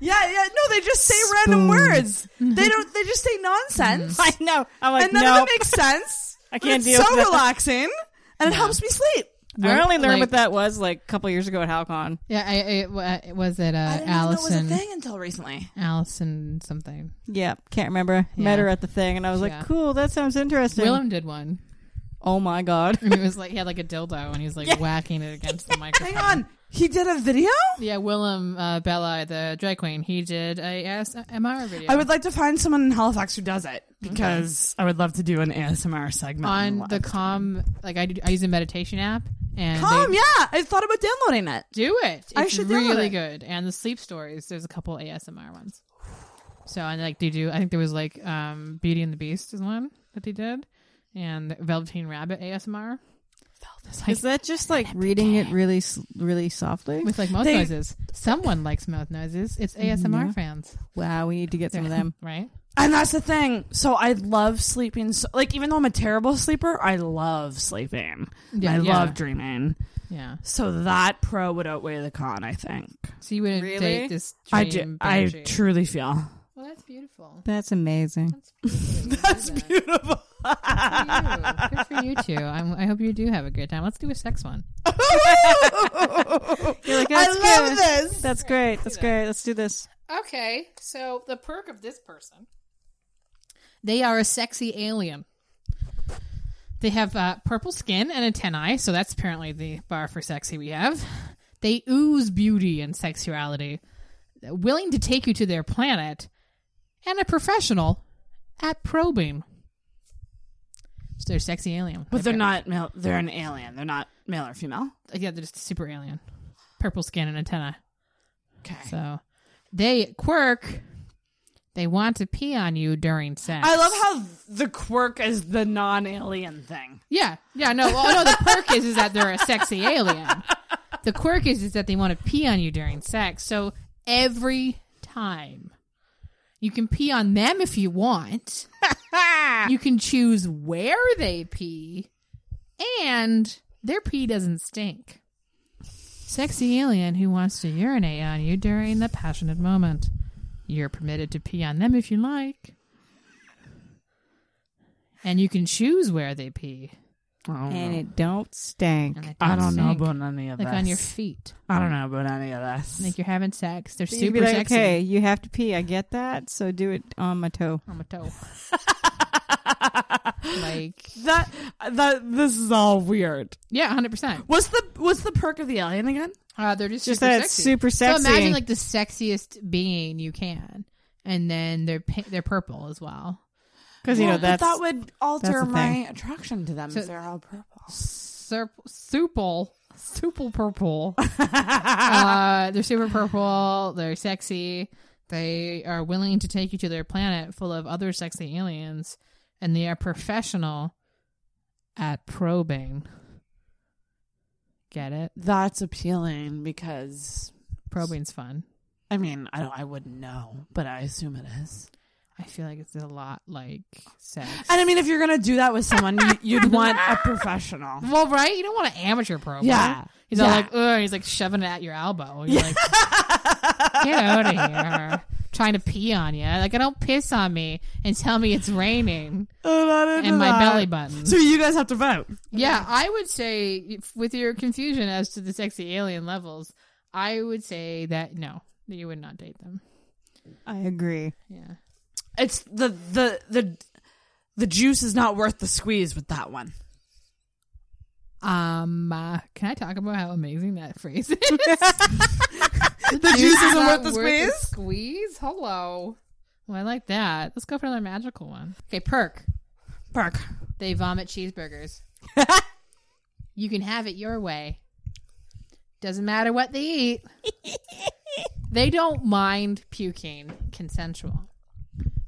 D: Yeah, yeah. No, they just say random words. They don't. They just say nonsense,
E: I know. I'm like,
D: and none
E: no.
D: of it makes sense.
E: I can't
D: And it's
E: deal with
D: So
E: that.
D: relaxing, and it helps me sleep.
E: I only learned
B: Like-
E: what that was like a couple years ago at HowCon.
B: Yeah. I, it, wa- it was it uh,
D: I didn't even know it was a
B: Allison.
D: thing until recently.
B: Allison something.
E: Yeah, can't remember.
B: Yeah.
E: Met her at the thing, and I was
B: Yeah.
E: like, cool, that sounds interesting.
B: Willem did one.
E: oh my god.
B: And he was like he had like a dildo and he was like whacking it against the microphone.
D: Hang on, he did a video.
B: Yeah, Willem uh, Bella, the drag queen, he did a ASMR video
D: I would like to find someone in Halifax who does it because I would love to do an ASMR segment
B: on the
D: live.
B: Calm. Like I, do, I use a meditation app and
D: Calm,
B: they
D: yeah, I thought about downloading it.
B: do it. It's
D: I should download
B: really
D: it.
B: good. And the sleep stories, there's a couple ASMR ones. So and like they do, I think there was like um, Beauty and the Beast is one that they did, and Velveteen Rabbit ASMR. It's like,
E: Is that just like reading it really, s- really softly?
B: with like mouth
D: They-
B: noises. Someone likes mouth noises. It's ASMR fans.
E: Wow, we need to get some of them.
B: right?
D: And that's the thing. So I love sleeping. So, like even though I'm a terrible sleeper, I love sleeping.
B: Yeah,
D: I
B: yeah.
D: love dreaming.
B: Yeah.
D: So that pro would outweigh the con, I think.
B: So you wouldn't
E: Really?
B: date this
D: I
B: dream
D: do. I
B: Benji.
D: truly feel
B: Well, that's beautiful.
E: That's amazing.
D: that's beautiful.
B: Good for you two. I'm, I hope you do have a good time. Let's do a sex one.
E: You're like,
D: I
E: "That's
D: love
E: good.
D: this.
E: That's great. That's great. Let's do this.
B: Okay, so the perk of this person, they are a sexy alien. They have uh, purple skin and a ten eye, so that's apparently the bar for sexy we have. They ooze beauty and sexuality, willing to take you to their planet, and a professional at probing. So they're sexy alien,
D: But they're not male. They're an alien. They're not male or female.
B: Yeah, they're just super alien, purple skin and antenna.
D: Okay.
B: So they quirk. They want to pee on you during sex.
D: I love how the quirk is the non-alien thing.
B: Yeah, yeah. No, well, no. The perk is is that they're a sexy alien. The quirk is is that they want to pee on you during sex. So every time you can pee on them if you want. you can choose where they pee, and their pee doesn't stink. Sexy alien who wants to urinate on you during the passionate moment. You're permitted to pee on them if you like. And you can choose where they pee.
E: And it don't stink.
B: And it
D: I don't know
B: stink.
D: about any of
B: like
D: this.
B: on your feet.
D: I don't know about any of this.
B: Like you're having sex. They're
E: You'd
B: super
E: be like,
B: sexy.
E: okay, you have to pee. I get that. So do it on my toe.
B: On my toe. like
D: that that this is all weird.
B: yeah, hundred percent.
D: What's the what's the perk of the alien again?
B: Uh, they're just,
E: Just
B: super
E: that
B: sexy.
E: super sexy.
B: So imagine like the sexiest being you can, and then they're pi- they're purple as well.
E: Because, you know, that's.
D: that would alter
E: that's the
D: my
E: thing.
D: attraction to them
B: So-
D: if they're all purple.
B: Sur- supple, supple purple. uh, they're super purple. They're sexy. They are willing to take you to their planet full of other sexy aliens, and they are professional at probing. Get it?
D: That's appealing because
B: Probing's fun.
D: I mean I don't I wouldn't know, but I assume it is.
B: I feel like it's a lot like sex.
D: And I mean, if you're gonna do that with someone, you- you'd want a professional.
B: Well, right? You don't want an amateur probe.
D: Yeah.
B: He's all like, ugh, he's like shoving it at your elbow. You're like, get out of here. Trying to pee on you. Like, I don't piss on me and tell me it's raining and my belly button.
D: So you guys have to vote.
B: yeah, I would say, if- with your confusion as to the sexy alien levels, I would say that no, that you would not date them.
E: I agree.
B: Yeah.
D: It's the the the the juice is not worth the squeeze with that one.
B: Um, Um, uh, can I talk about how amazing that phrase is?
D: The juice isn't worth the
B: Not worth
D: squeeze.
B: Squeeze. Hello. Well, I like that. Let's go for another magical one. Okay, perk.
D: Bark.
B: They vomit cheeseburgers. you can have it your way. Doesn't matter what they eat. they don't mind puking, consensual.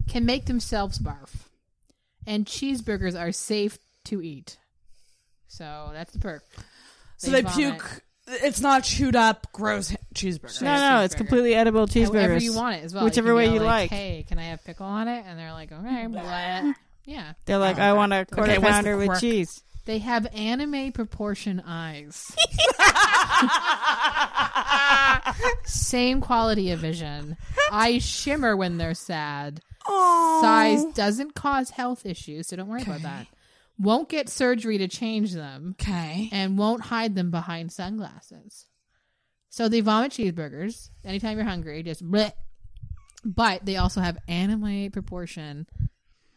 B: Can make themselves barf. And cheeseburgers are safe to eat. So that's the perk.
D: So they
B: vomit
D: puke. It's not chewed up, gross cheeseburger.
E: No, no, it's
B: cheeseburger.
E: completely edible cheeseburgers.
B: However you want it as well.
E: Whichever
B: can
E: way
B: go
E: you like.
B: Hey, can I have pickle on it? And they're like, okay, blah. yeah.
E: They're like, I want a quarter
D: Okay, what's the
E: pounder with
D: quirk?
E: cheese.
B: They have anime proportion eyes. Same quality of vision. Eyes shimmer when they're sad. Size doesn't cause health issues, so don't worry about that. Won't get surgery to change them
D: Okay.
B: and won't hide them behind sunglasses. So they vomit cheeseburgers anytime you're hungry, just bleh. But they also have anime proportion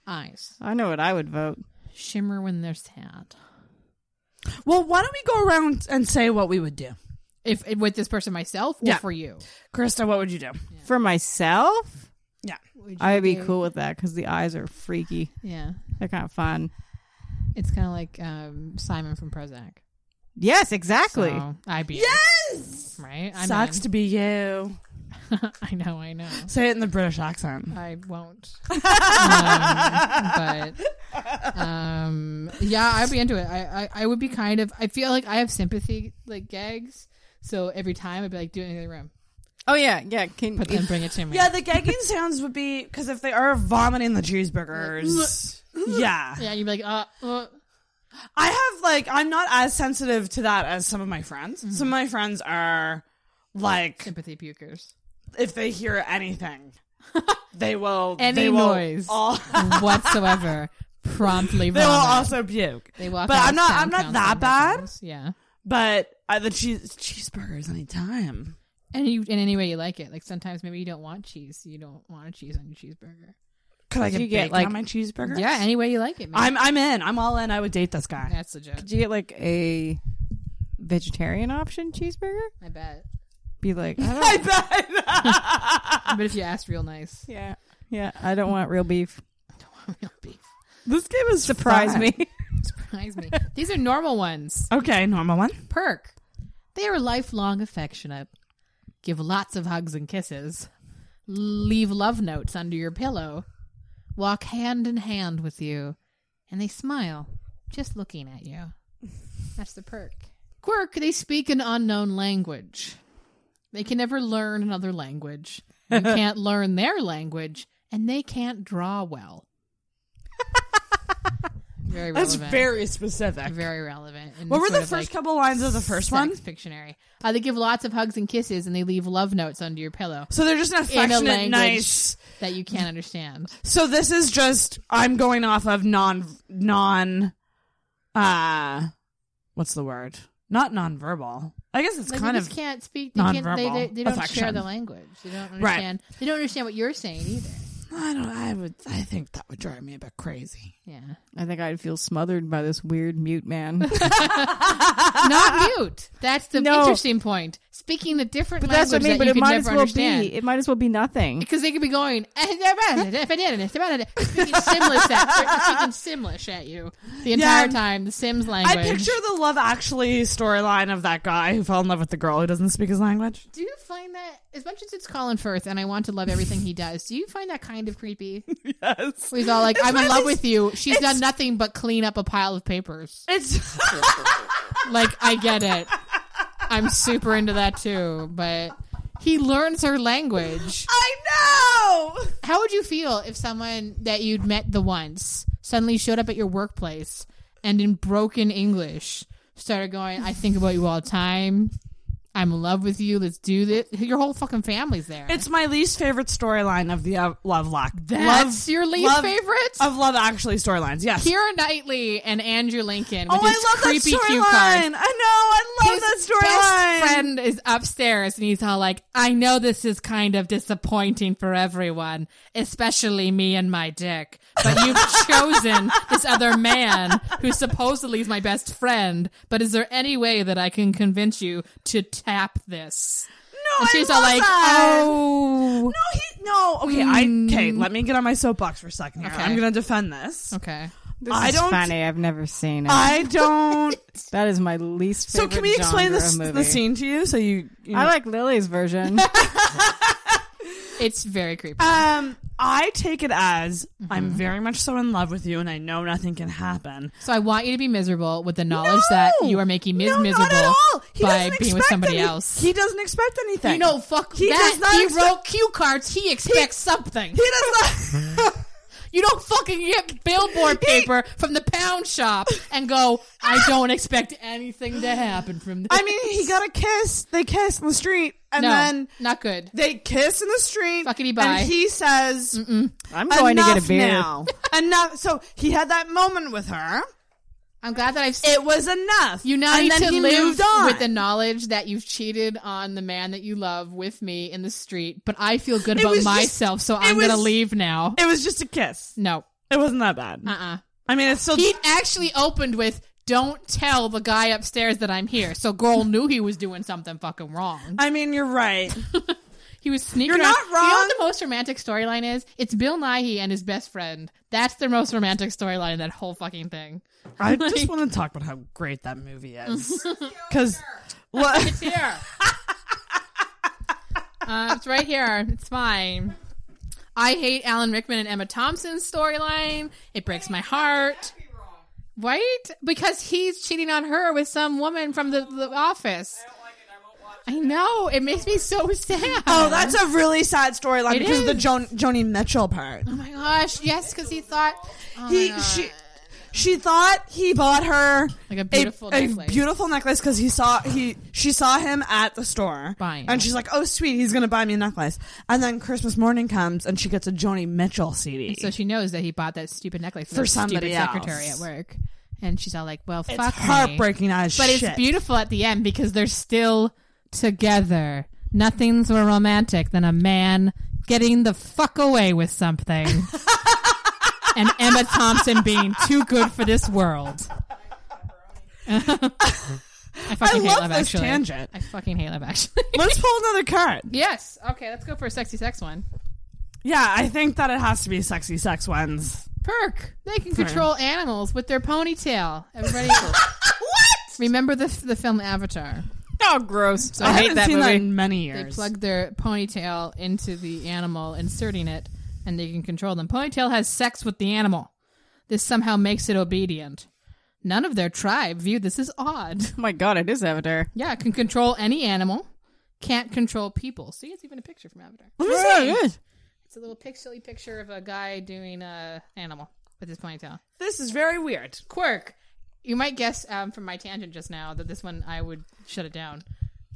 B: eyes,
E: I know what I would vote.
B: shimmer when they're sad.
D: Well, why don't we go around and say what we would do?
B: If if with this person myself or
D: Yeah.
B: for you,
D: Krista, what would you do?
E: For myself,
D: Yeah.
E: I'd be cool with that because the eyes are freaky.
B: yeah,
E: They're kind of fun.
B: it's kind of like um, Simon from Prozac.
E: Yes, exactly.
B: So I'd be yes, right? I'm
D: Sucks
B: in.
D: to be you.
B: I know, I know.
D: Say it in the British accent.
B: I won't. um, but um, yeah, I'd be into it. I, I I would be kind of. I feel like I have sympathy like gags. So every time I'd be like, do it in the other room,
E: Oh yeah, yeah. Can,
B: but then bring it to me.
D: Yeah, the gagging sounds would be because if they are vomiting the cheeseburgers. yeah.
B: yeah. You'd be like, uh, uh.
D: I have like I'm not as sensitive to that as some of my friends.
B: Mm-hmm.
D: Some of my friends are like
B: sympathy pukers.
D: if they hear anything, they will
B: Any
D: they will
B: noise.
D: all-
B: whatsoever. Promptly,
D: they will
B: vomit.
D: also puke.
B: They walk
D: but
B: out
D: I'm
B: of
D: not-
B: town
D: I'm not
B: council
D: that bad.
B: buttons. Yeah.
D: But uh, the cheese cheeseburgers anytime.
B: And you, in any way you like it. Like sometimes maybe you don't want cheese. You don't want a cheese on your cheeseburger.
D: Could I
E: Did
D: get,
E: you get,
D: bacon
E: like-
D: on my cheeseburger?
B: Yeah, any way you like it. Man.
D: I'm I'm in. I'm all in. I would date this guy.
B: That's the joke.
E: Did you get like a vegetarian option cheeseburger?
B: I bet.
E: Be like, I don't,
D: I bet.
B: But if you asked real nice,
E: yeah, yeah. I don't want real beef.
B: real beef.
D: this game is
E: Surprise
D: fun.
E: me.
B: Surprise me. These are normal ones.
D: Okay, normal one.
B: Perk. They are lifelong affectionate. Give lots of hugs and kisses. Leave love notes under your pillow. Walk hand in hand with you. And they smile just looking at you. That's the perk. Quirk, they speak an unknown language. They can never learn another language. You can't learn their language, and they can't draw well. very relevant.
D: That's very specific.
B: very relevant. and
D: What were the
B: sort of,
D: first
B: like,
D: couple lines of the first one?
B: Sex Pictionary. Uh, they give lots of hugs and kisses, and they leave love notes under your pillow
D: So they're just an
B: in a
D: affectionate,
B: language
D: nice.
B: that you can't understand.
D: So this is just I'm going off of non non uh what's the word? Not nonverbal. I guess it's
B: Like
D: kind
B: they
D: of
B: just can't speak. They, can't, they, they,
D: nonverbal
B: they don't share
D: affection.
B: the language. They don't
D: Right.
B: understand. They don't understand what you're saying either.
D: I don't I would I think that would drive me a bit crazy.
B: Yeah,
E: I think I'd feel smothered by this weird mute man.
B: not mute. That's the
E: No.
B: interesting point. Speaking a different
E: But
B: language
E: that's what I mean.
B: that
E: But
B: you
E: it
B: could
E: might as
B: never
E: well
B: understand.
E: be. It might as well be nothing.
B: Because they could be going "Eh, speaking Simlish at speaking Simlish at you the entire time. The Sims language.
D: I picture the love actually storyline of that guy who fell in love with the girl who doesn't speak his language.
B: Do you find that as much as it's Colin Firth and I want to love everything he does, do you find that kind of creepy?
D: Yes.
B: He's all like,
D: It's
B: I'm
D: one
B: in
D: of
B: love
D: these-
B: with you. She's
D: it's-
B: done nothing but clean up a pile of papers.
D: It's
B: Like, I get it. I'm super into that too, but he learns her language.
D: I know.
B: How would you feel if someone that you'd met the once suddenly showed up at your workplace and in broken English started going, I think about you all the time. I'm in love with you. Let's do this. Your whole fucking family's there.
D: It's my least favorite storyline of the uh, Love Lock.
B: That's your least
D: Love-
B: favorite?
D: of Love Actually storylines. Yes.
B: Kira Knightley and Andrew Lincoln with
D: oh, I
B: his
D: love that
B: creepy cue card.
D: storyline. I know. I
B: his best friend is upstairs, and he's all like, "I know this is kind of disappointing for everyone, especially me and my dick, but you've chosen this other man who supposedly is my best friend. But is there any way that I can convince you to tap this?" No, and
D: I
B: she's all
D: love
B: like,
D: that.
B: "Oh, Mm.
D: No, he, no. Okay, I okay. Let me get on my soapbox for a second here.
B: Okay. Oh,
D: I'm gonna defend this.
B: okay."
E: This
D: I
E: is
D: don't-
E: funny. I've never seen it.
D: I don't.
E: that is my least.
D: so
E: favorite
D: can we explain
E: genre
D: this
E: of
D: the
E: movie.
D: scene to you? So you, you
E: I
D: know-
E: like Lily's version. Oh
B: It's very creepy.
D: Um, I take it as I'm
B: Mm-hmm.
D: very much so in love with you, and I know nothing can happen.
B: So I want you to be miserable with the knowledge that
D: No!
B: you are making Ms.
D: No,
B: miserable
D: not at all. He
B: by
D: doesn't
B: being with
D: expect
B: somebody
D: any-
B: else.
D: He doesn't expect anything.
B: you know, fuck
D: He
B: that.
D: does not
B: he
D: expect-
B: wrote cue cards. He expects something.
D: he does not.
B: You don't fucking get billboard paper from the pound shop and go, I don't expect anything to happen from this.
D: I mean, he got a kiss. They kiss in the street, and
B: no,
D: then
B: not good.
D: they kiss in the street.
B: Fuckity bye.
D: and he says,
E: I'm going to get a
D: "Enough
E: beer.
D: now. enough." So he had that moment with her.
B: I'm glad that I've
D: It was enough.
B: You now
D: and
B: need
D: then
B: to
D: he
B: live
D: moved on.
B: with the knowledge that you've cheated on the man that you love with me in the street, but I feel good
D: It
B: about
D: was just-
B: myself, so
D: it
B: I'm gonna
D: was-
B: leave now.
D: it was just a kiss.
B: no.
D: It wasn't that bad.
B: Uh uh
D: I mean, it's still.
B: He actually opened with "Don't tell the guy upstairs that I'm here." So girl knew he was doing something fucking wrong.
D: I mean, you're right.
B: He was sneaking.
D: You're
B: around.
D: not
B: You know
D: wrong.
B: what the most romantic storyline is? It's Bill Nighy and his best friend. That's the most romantic storyline. in That whole fucking thing.
D: I just want to talk about how great that movie is. Because, what?
B: It's here. uh, it's right here. It's fine. I hate Alan Rickman and Emma Thompson's storyline. It breaks my heart. Right? Because he's cheating on her with some woman from the, the office. I know. It makes me so sad.
D: Oh, that's a really sad storyline
B: It
D: because of the
B: is.
D: jo- Joni Mitchell part.
B: Oh my gosh. Yes, because he thought. Oh
D: he
B: my
D: she
B: God.
D: she thought he bought her
B: Like a beautiful
D: a
B: necklace.
D: beautiful necklace because he saw he she saw him at the store
B: Buying.
D: and she's like, oh sweet, he's gonna buy me a necklace. And then Christmas morning comes and she gets a Joni Mitchell CD.
B: So she knows that he bought that stupid necklace for,
D: For
B: that
D: somebody
B: stupid secretary at
D: else.
B: work. And she's all like, well,
D: it's
B: fuck. me.
D: heartbreaking as
B: But
D: shit.
B: it's beautiful at the end because they're still together. Nothing's more romantic than a man getting the fuck away with something. and Emma Thompson being too good for this world. I
D: I
B: fucking hate
D: love
B: love
D: this
B: actually.
D: tangent.
B: I fucking hate love actually.
D: Let's pull another card.
B: yes. Okay, let's go for a sexy sex one.
D: Yeah, I think that it has to be sexy sex ones.
B: Perk. They can control animals with their ponytail. Everybody remember the the film Avatar.
E: Oh, gross!
D: I,
E: I hate
D: haven't
E: that
D: seen
E: movie.
D: that in many
B: They
D: years.
B: plug their ponytail into the animal, inserting it, and they can control them. Ponytail has sex with the animal. This somehow makes it obedient. None of their tribe view this as odd.
E: Oh my god, it is Avatar.
B: Yeah, it can control any animal. Can't control people. See, it's even a picture from Avatar.
D: Let me see.
B: It's a little pixely picture of a guy doing a animal with his ponytail.
D: This is very weird.
B: Quirk. You might guess um, from my tangent just now that this one I would shut it down.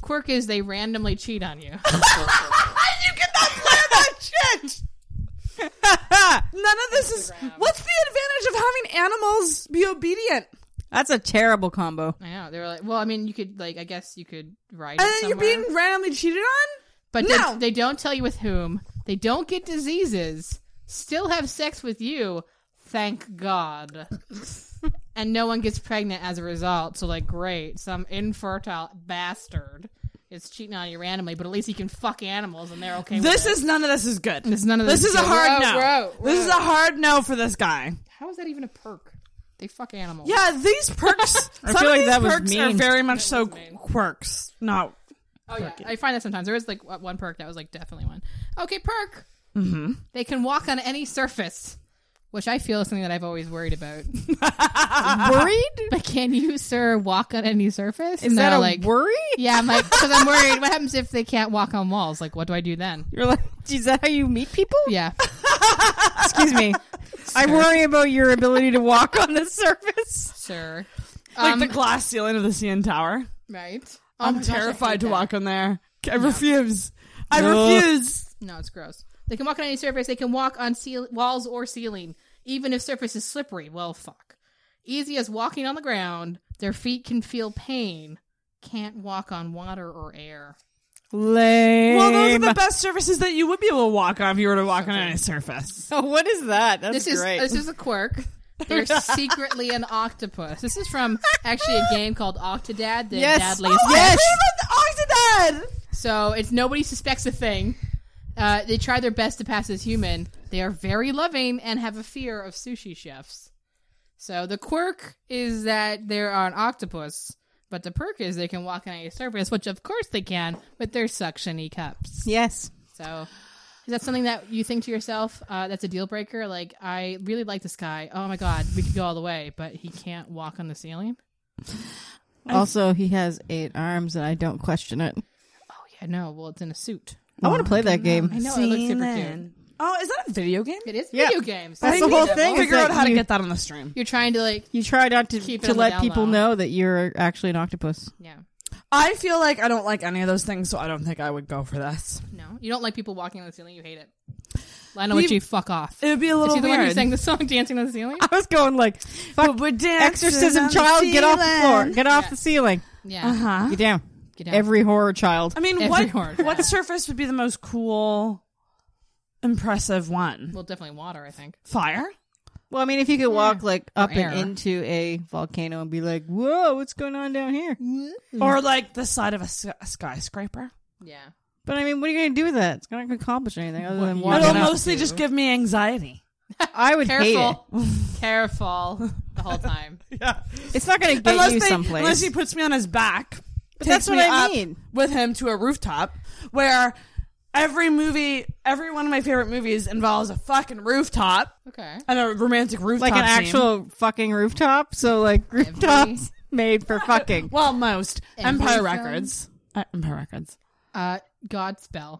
B: Quirk is they randomly cheat on you.
D: you cannot plan that shit. None of this is. What's the advantage of having animals be obedient?
E: That's a terrible combo.
B: I know. They were like, well, I mean, you could, like, I guess you could ride
D: And
B: it
D: then you're
B: somewhere.
D: Uh, being randomly cheated on?
B: but
D: No!
B: they, they don't tell you with whom. They don't get diseases. Still have sex with you. Thank God. and no one gets pregnant as a result. So, like, great. Some infertile bastard is cheating on you randomly, but at least he can fuck animals and they're okay with
D: This
B: it.
D: is none of this is good.
B: This is none of this
D: This
B: is
D: is a
B: good.
D: hard
B: Whoa,
D: no.
B: whoa, whoa.
D: This is a hard no for this guy.
B: How is that even a perk? They fuck animals.
D: Yeah, these perks. I
E: feel like that was
D: perks are
E: mean.
D: very much so
B: was mean.
D: quirks. No.
B: Oh yeah, I find that sometimes there is like one perk that was like definitely one. Okay, perk. Mm-hmm. They can walk on any surface, which I feel is something that I've always worried about.
E: Worried?
B: but can you, sir, walk on any surface?
E: Is that a
B: like
E: worry?
B: yeah, I'm like because I'm worried. What happens if they can't walk on walls? Like, what do I do then?
E: You're like, is that how you meet people?
B: Yeah,
E: Excuse me. I worry about your ability to walk on the surface.
B: sir.
D: Like
B: Um,
D: the glass ceiling of the CN Tower.
B: right. Oh
D: I'm
B: my gosh, I hate
D: terrified to
B: that.
D: walk on there. I refuse. I refuse.
B: No, it's gross. They can walk on any surface. They can walk on ceil- walls or ceiling, even if surface is slippery. Well, fuck. Easy as walking on the ground. Their feet can feel pain can't walk on water or air.
E: Lame.
D: Well, those are the best surfaces that you would be able to walk on if you were to walk on any surface.
E: oh, what is that? That's
B: This is
E: great.
B: this is a quirk. They're secretly an octopus. This is from actually a game called Octodad. The
E: Yes.
B: Dadley
E: Oh, Yes.
G: What about the Octodad?
B: So it's nobody suspects a thing. Uh, they try their best to pass as human. They are very loving and have a fear of sushi chefs. So the quirk is that they are an octopus, but the perk is they can walk on any surface, which of course they can with their suctiony cups.
E: yes.
B: So is that something that you think to yourself uh, that's a deal breaker? Like I really like this guy. Oh my god, we could go all the way, but he can't walk on the ceiling.
E: Also, he has eight arms, and I don't question it.
B: Oh yeah, no. Well, it's in a suit.
E: I want to play that game.
B: I know it looks super cute.
D: Oh, is that a video game?
B: It is
E: Yeah.
B: video games.
E: That's the whole thing. is
D: Figure out
E: that
D: how to
E: you-
D: get that on the stream.
B: You're trying to like,
E: You try not to
B: Keep it
E: to
B: on the
E: let
B: down
E: people
B: low.
E: know that you're actually an octopus.
B: yeah,
D: I feel like I don't like any of those things, so I don't think I would go for this.
B: no, you don't like people walking on the ceiling. You hate it. Lionel Richie, fuck off.
D: It would be a
B: Is
D: little
B: he the one who
D: weird.
B: sang the song "Dancing on the Ceiling"?
E: I was going like, fuck,
D: But we're dancing on
E: exorcism,
D: the
E: child, get off the floor,
D: ceiling.
E: get off the ceiling,
B: Yeah,
D: Huh?
E: get down.
B: get down.
E: Every horror child.
D: I mean,
B: Every
D: what
B: horror
D: what
B: film.
D: surface would be the most cool, impressive one?
B: well, definitely water. I think.
D: Fire.
E: Well, I mean, if you could walk like up
B: air.
E: and into a volcano and be like, "Whoa, what's going on down here?"
B: Mm.
D: Or like the side of a, s- a skyscraper.
B: Yeah,
E: But I mean, what are you going to do with that? It's not going to accomplish anything other than
B: Well,
E: walking
D: It'll
B: don't
E: up.
B: know.
D: mostly just give me anxiety.
E: I would hate
B: careful, careful the whole time.
D: Yeah.
E: it. It's not going to get
D: Unless,
E: you
D: they-
E: someplace.
D: unless he puts me on his back. But
E: that's what I mean.
D: With him to a rooftop where every movie, every one of my favorite movies involves a fucking rooftop
B: Okay,
D: and a romantic rooftop.
E: like an
D: scene.
E: actual fucking rooftop. So like rooftops made for fucking.
D: Well, most.
B: Every
D: Empire
B: film.
D: Records. Uh, Empire Records.
B: uh, Godspell
D: Uh.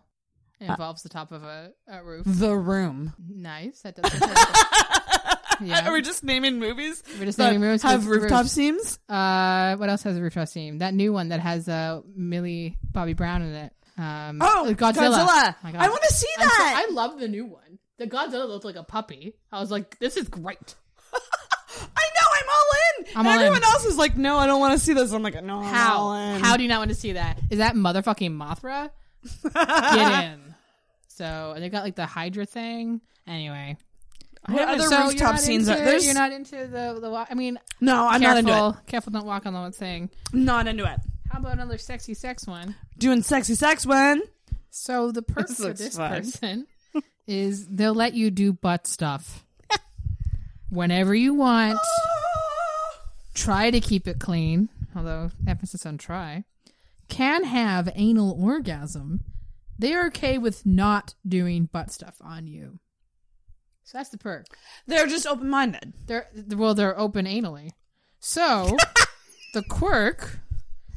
B: it involves the top of a, a roof.
D: The Room.
B: Nice. That doesn't.
D: Are we
B: yeah.
D: just naming movies?
B: We're just
D: that
B: naming movies
D: have
B: with
D: rooftop
B: roofs.
D: scenes?
B: Uh, what else has a rooftop scene? That new one that has uh Millie Bobby Brown in it. Um,
D: Oh, Godzilla.
B: Oh my God.
D: I want to see
B: I'm so-
D: that.
B: I love the new one. The Godzilla looked like a puppy. I was like, this is great.
D: I know I'm all in.
B: I'm
D: And
B: all
D: everyone
B: in.
D: else is like, no, I don't want to see this. I'm like, no, I'm
B: How?
D: all in.
B: How do you not want to see that? Is that motherfucking Mothra? Get in. So and they got like the Hydra thing. Anyway,
D: What other
B: So you're
D: rooftop
B: not
D: scenes
B: into,
D: are there's?
B: You're not into the the. wa- I mean,
D: no, I'm
B: careful,
D: not into it.
B: Careful, don't walk on the one thing.
D: Not into it.
B: How about another sexy sex one?
D: Doing sexy sex when
B: So the purpose of
E: looks
B: this
E: fun.
B: person is they'll let you do butt stuff whenever you want. try to keep it clean, although emphasis on try. Can have anal orgasm. They are okay with not doing butt stuff on you. So that's the perk.
D: they're just open minded.
B: They're well, they're open anally. So the quirk,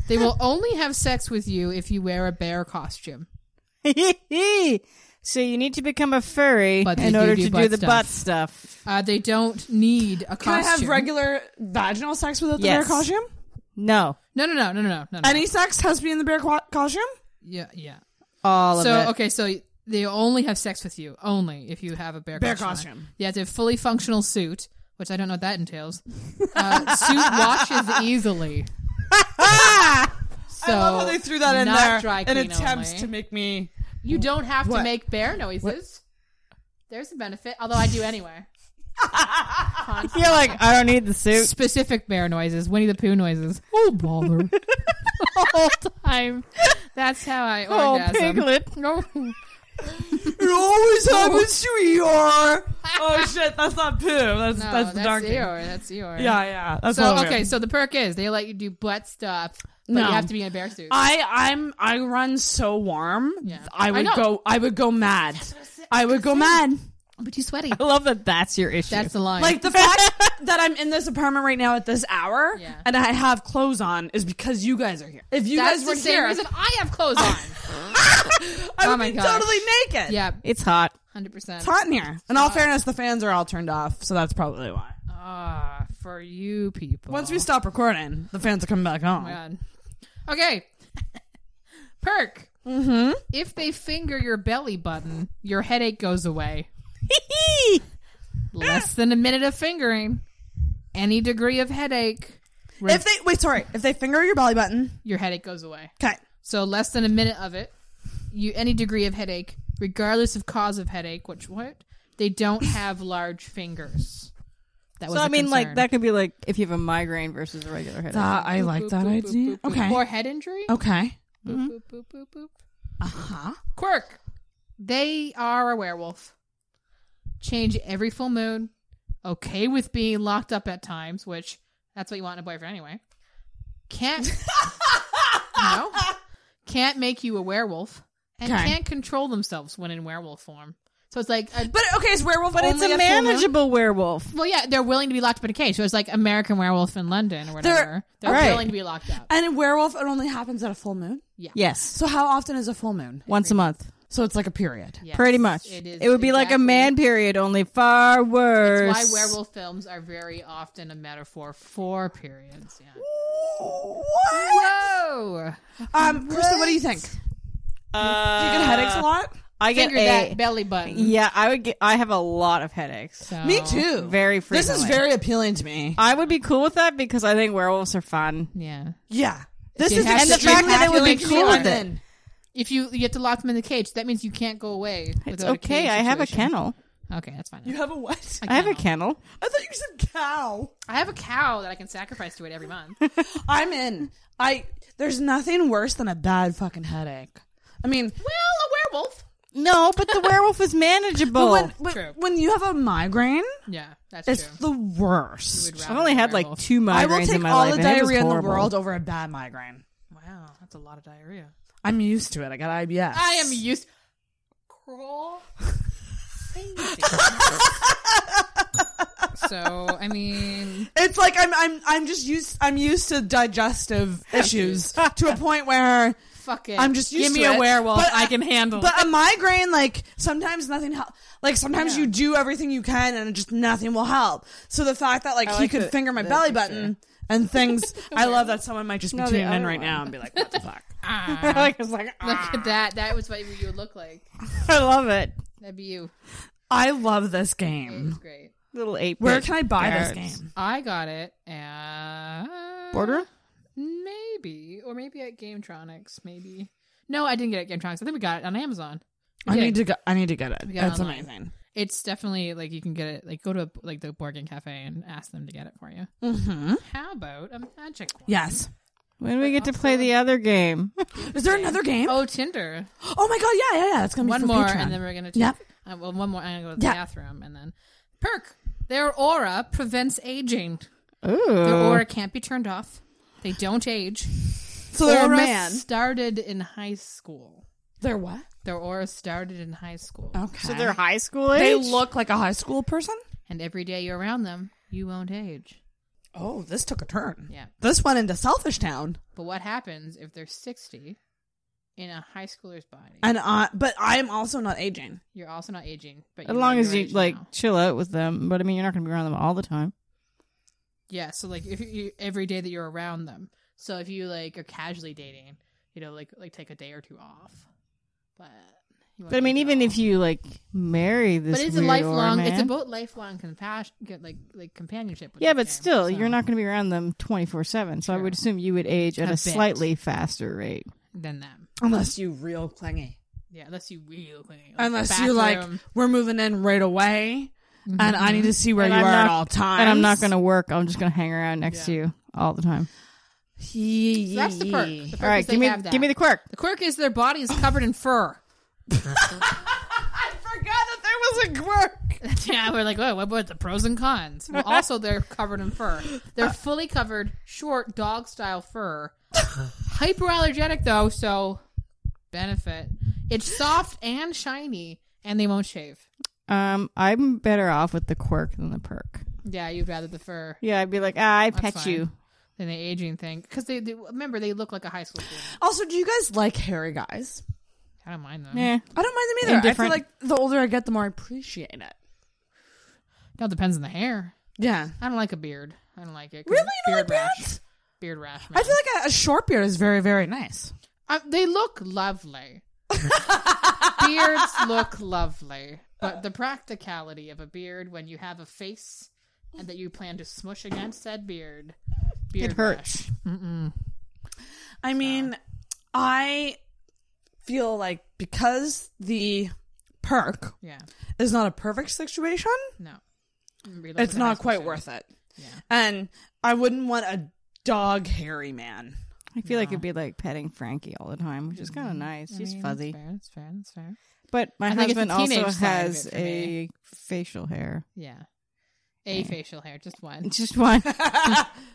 B: they will only have sex with you if you wear a bear costume.
E: so you need to become a furry
B: But they
E: in
B: do
E: order
B: do
E: to do
B: butt
E: the
B: stuff.
E: butt stuff.
B: Uh, they don't need a costume.
D: Can I have regular vaginal sex without the
E: Yes.
D: bear costume?
E: No,
B: No, no, no, no, no, no, no.
D: Any sex has to be in the bear co- costume.
B: yeah, yeah.
E: all of
B: so
E: it.
B: okay, so they only have sex with you only if you have a bear,
D: Bear
B: on.
D: costume.
B: You have to have fully functional suit, which I don't know what that entails. Uh, suit washes easily. so
D: I love how they threw that in
B: not
D: there
B: dry
D: in
B: clean
D: attempts
B: only.
D: to make me.
B: You don't have
D: What?
B: to make bear noises. There's a benefit, although I do anyway.
E: You're like, I don't need the suit.
B: Specific bear noises, Winnie the Pooh noises. Oh bother! the whole time. That's how I
E: Oh,
B: orgasm. Oh,
E: piglet.
B: No,
D: It always happens to Eeyore. oh shit, that's not poo. That's
B: no,
D: that's the donkey.
B: Eeyore. That's Eeyore.
D: Yeah, Oh, yeah. That's
B: So
D: all weird.
B: okay, so the perk is they let you do butt stuff, but
D: No.
B: you have to be in a bear suit.
D: I I'm I run so warm.
B: Yeah.
D: I would
B: I know.
D: go I would go mad. I would go mad.
B: but you sweaty.
E: I love that. That's your issue.
B: That's the line.
D: Like the fact that I'm in this apartment right now at this hour
B: Yeah.
D: and I have clothes on is because you guys are here. If you
B: that's
D: guys
B: the
D: were
B: same
D: here,
B: reason I have clothes on.
D: I would
B: my
D: be
B: gosh.
D: totally naked.
B: yeah,
E: it's hot.
B: hundred percent.
D: It's hot in here. In all fairness, the fans are all turned off, so that's probably why.
B: Ah, for you people.
D: Once we stop recording, the fans are coming back home.
B: Oh God. Okay. Perk. Mm-hmm. If they finger your belly button, your headache goes away. Less than a minute of fingering, any degree of headache
D: If they wait, sorry, if they finger your belly button,
B: your headache goes away.
D: okay.
B: So less than a minute of it, you any degree of headache, regardless of cause of headache, which what they don't have large fingers. That
E: So
B: was
E: I
B: a
E: mean, like
B: concern.
E: that could be like if you have a migraine versus a regular headache.
D: I like that idea.
B: or head injury.
D: Okay.
B: Boop, boop, boop, boop, boop. Uh-huh. Quirk. They are a werewolf. Change every full moon. Okay with being locked up at times, which that's what you want in a boyfriend anyway. Can't No. Can't make you a werewolf. And
D: Okay.
B: can't control themselves when in werewolf form. So it's like a,
D: But okay, it's werewolf.
E: but it's
D: only
E: a
D: at full moon?
E: manageable werewolf.
B: well, yeah, they're willing to be locked up in a cage. So it's like American Werewolf in London or whatever. They're,
E: Right.
B: willing to be locked up.
D: And in werewolf, it only happens at a full moon.
E: Yes,
D: So how often is a full moon?
E: once a month,
D: So it's like a period.
B: Yes,
E: pretty much. It, would be like a
B: exactly-
E: man period, only far worse.
B: That's why werewolf films are very often a metaphor for periods. Yeah. Whoa!
D: Um, Krista, what do you think? Do you get headaches a lot?
E: Uh, I get
B: Finger
E: a,
B: that belly button.
E: eh, Yeah, I would get. I have a lot of headaches.
B: So-
D: Me too.
E: Very
D: This
E: frequently.
D: is Uh, very appealing to me.
E: I would be cool with that because I think werewolves are fun.
B: Yeah.
D: Yeah. This
B: you
D: is
B: have to-
E: And the
D: extremely
E: fact that it would be
D: appealing to me.
E: cool
D: I'm
E: with it.
D: in.
B: If you you have to lock them in the cage, that means you can't go away.
E: It's
B: without
E: okay.
B: cage
E: I have a
B: situation.
E: kennel.
B: Okay, that's fine.
D: You have a what?
E: I have a kennel.
D: I thought you said cow.
B: I have a cow that I can sacrifice to it every month.
D: I'm in. I there's nothing worse than a bad fucking headache. I mean,
B: well, a werewolf.
E: No, but the werewolf is manageable.
D: when, when,
B: True.
D: when you have a migraine,
B: Yeah, that's
D: it's
B: true.
D: the worst.
B: Would
E: I've
B: rather
E: only
B: be a
E: had like
B: werewolf.
E: two migraines
D: I will
E: in
D: take
E: my
D: all
E: life.
D: the
E: and it was
D: diarrhea in the
E: horrible.
D: world over a bad migraine.
B: Wow, that's a lot of diarrhea.
D: I'm used to it. I got IBS.
B: I am used. Crawl. Crazy. so I mean,
D: It's like I'm I'm I'm just used I'm used to digestive issues to a point where
B: fuck it.
D: I'm just used
H: Give
D: to
H: me a
D: it.
H: werewolf.
D: But-
H: I can handle.
D: But a migraine, like sometimes nothing help. Like sometimes you do everything you can and just nothing will help. So the fact that like he
E: like
D: could
E: the-
D: finger my
E: the
D: belly
E: picture.
D: button and things, I love that someone might just be
E: No, the
D: tuning in
E: other
D: right
E: one.
D: now and be like, "What the fuck?"
B: Ah,
E: like, I was like,
B: look at that. That was what you would look like.
E: I love it.
B: That'd be you.
D: I love this
B: It's
D: game.
B: great.
E: Little ape.
D: Where can I buy this
E: carrots.
D: game?
B: I got it at
E: Border?
B: maybe, or maybe at GameTronics. Maybe. No, I didn't get it at GameTronics. I think we got it on Amazon.
D: I
B: Okay.
D: need to go. I need to get it.
B: got it
D: It's
B: online.
D: amazing.
B: It's definitely like you can get it. Like go to like the board game cafe and ask them to get it for you.
D: Mm-hmm.
B: How about a magic? Wand?
D: Yes.
E: When do we get to play the other game?
D: Is there another game?
B: Oh, Tinder.
D: Oh my god! Yeah, yeah, yeah. It's gonna be
B: one
D: for
B: more,
D: Patreon.
B: and then we're gonna. Take,
D: Yep.
B: uh, well, one more. I'm gonna go to the
D: Yeah.
B: bathroom, and then perk. Their aura prevents aging. Their
E: Ooh.
B: aura can't be turned off. They don't age.
D: so they're
B: aura
D: a man.
B: started in high school.
D: They're what?
B: Their aura started in high school,
D: Okay.
E: So they're high school age.
D: They look like a high school person.
B: and every day you're around them, you won't age.
D: Oh, this took a turn.
B: Yeah.
D: This went into Selfish Town,
B: But what happens if they're 60 in a high schooler's body?
D: and uh, but I am also not aging.
B: You're also not aging, but
E: As
B: you
E: long
B: know
E: as
B: your
E: you
B: age
E: like
B: now.
E: chill out with them, but I mean, you're not going to be around them all the time.
B: Yeah, so like if you every day that you're around them. So if you like are casually dating, you know, like like take a day or two off. But you
E: But I mean, even if you like marry this,
B: but it's a
E: weird
B: lifelong,
E: aura
B: it's
E: man-
B: about lifelong compassion, like like companionship. with
E: Yeah,
B: them,
E: but still, you're
B: so
E: not going to be around them 24 seven. So I
B: True.
E: would assume you would age at
B: A
E: a,
B: bit.
E: slightly faster rate.
B: than them.
D: Unless you real clingy.
B: Yeah, unless you real clean.
D: Unless you like, we're moving in right away,
B: Mm-hmm.
D: and I need to see where
E: And
D: you
E: I'm
D: are at
E: not-
D: all times.
E: And I'm not going to work. I'm just going to hang around next to you all the time.
B: So that's the perk. The perk
E: all right,
B: is they
E: give me
B: have that.
E: give me the quirk.
B: The quirk is their body is covered in fur.
D: forgot that there was a quirk.
B: yeah, we're like, oh, what about the pros and cons? Well, also, they're covered in fur. They're fully covered, short, dog style fur. Hyperallergenic, though, so benefit. It's soft and shiny, and they won't shave.
E: Um, I'm better off with the quirk than the perk.
B: Yeah, you'd rather the fur
E: Yeah, I'd be like, ah, I pet
B: fine.
E: you.
B: than the aging thing. Because they, they, remember, they look like a high school student.
D: Also, do you guys like hairy guys?
B: I don't mind them.
E: Yeah,
D: I don't mind them either. I feel
E: Indifferent.
D: like the older I get, the more I appreciate it.
B: That depends on the hair.
D: Yeah.
B: I don't like a beard. I don't like it. 'cause
D: Really? You don't like
B: Beard rash.
D: beards?
B: Beard rash.
D: I
B: Man.
D: feel like a, a short beard is very, very nice.
B: Uh, they look lovely. Beards look lovely, but the practicality of a beard when you have a face and that you plan to smush against said beard beard
E: It hurts.
D: I mean, I feel like because the perk
B: Yeah.
D: is not a perfect situation,
B: No.
D: it's not quite worth it. And I wouldn't want a dog hairy man.
E: I feel like it'd be like petting Frankie all the time, which is kind of nice. He's fuzzy.
B: Mm-hmm. That's fair. That's fair. That's fair.
E: But my
B: I think it's the
E: husband also
B: teenage side of
E: has
B: it for
E: a facial hair.
B: Yeah. A facial hair, just one.
E: Just one.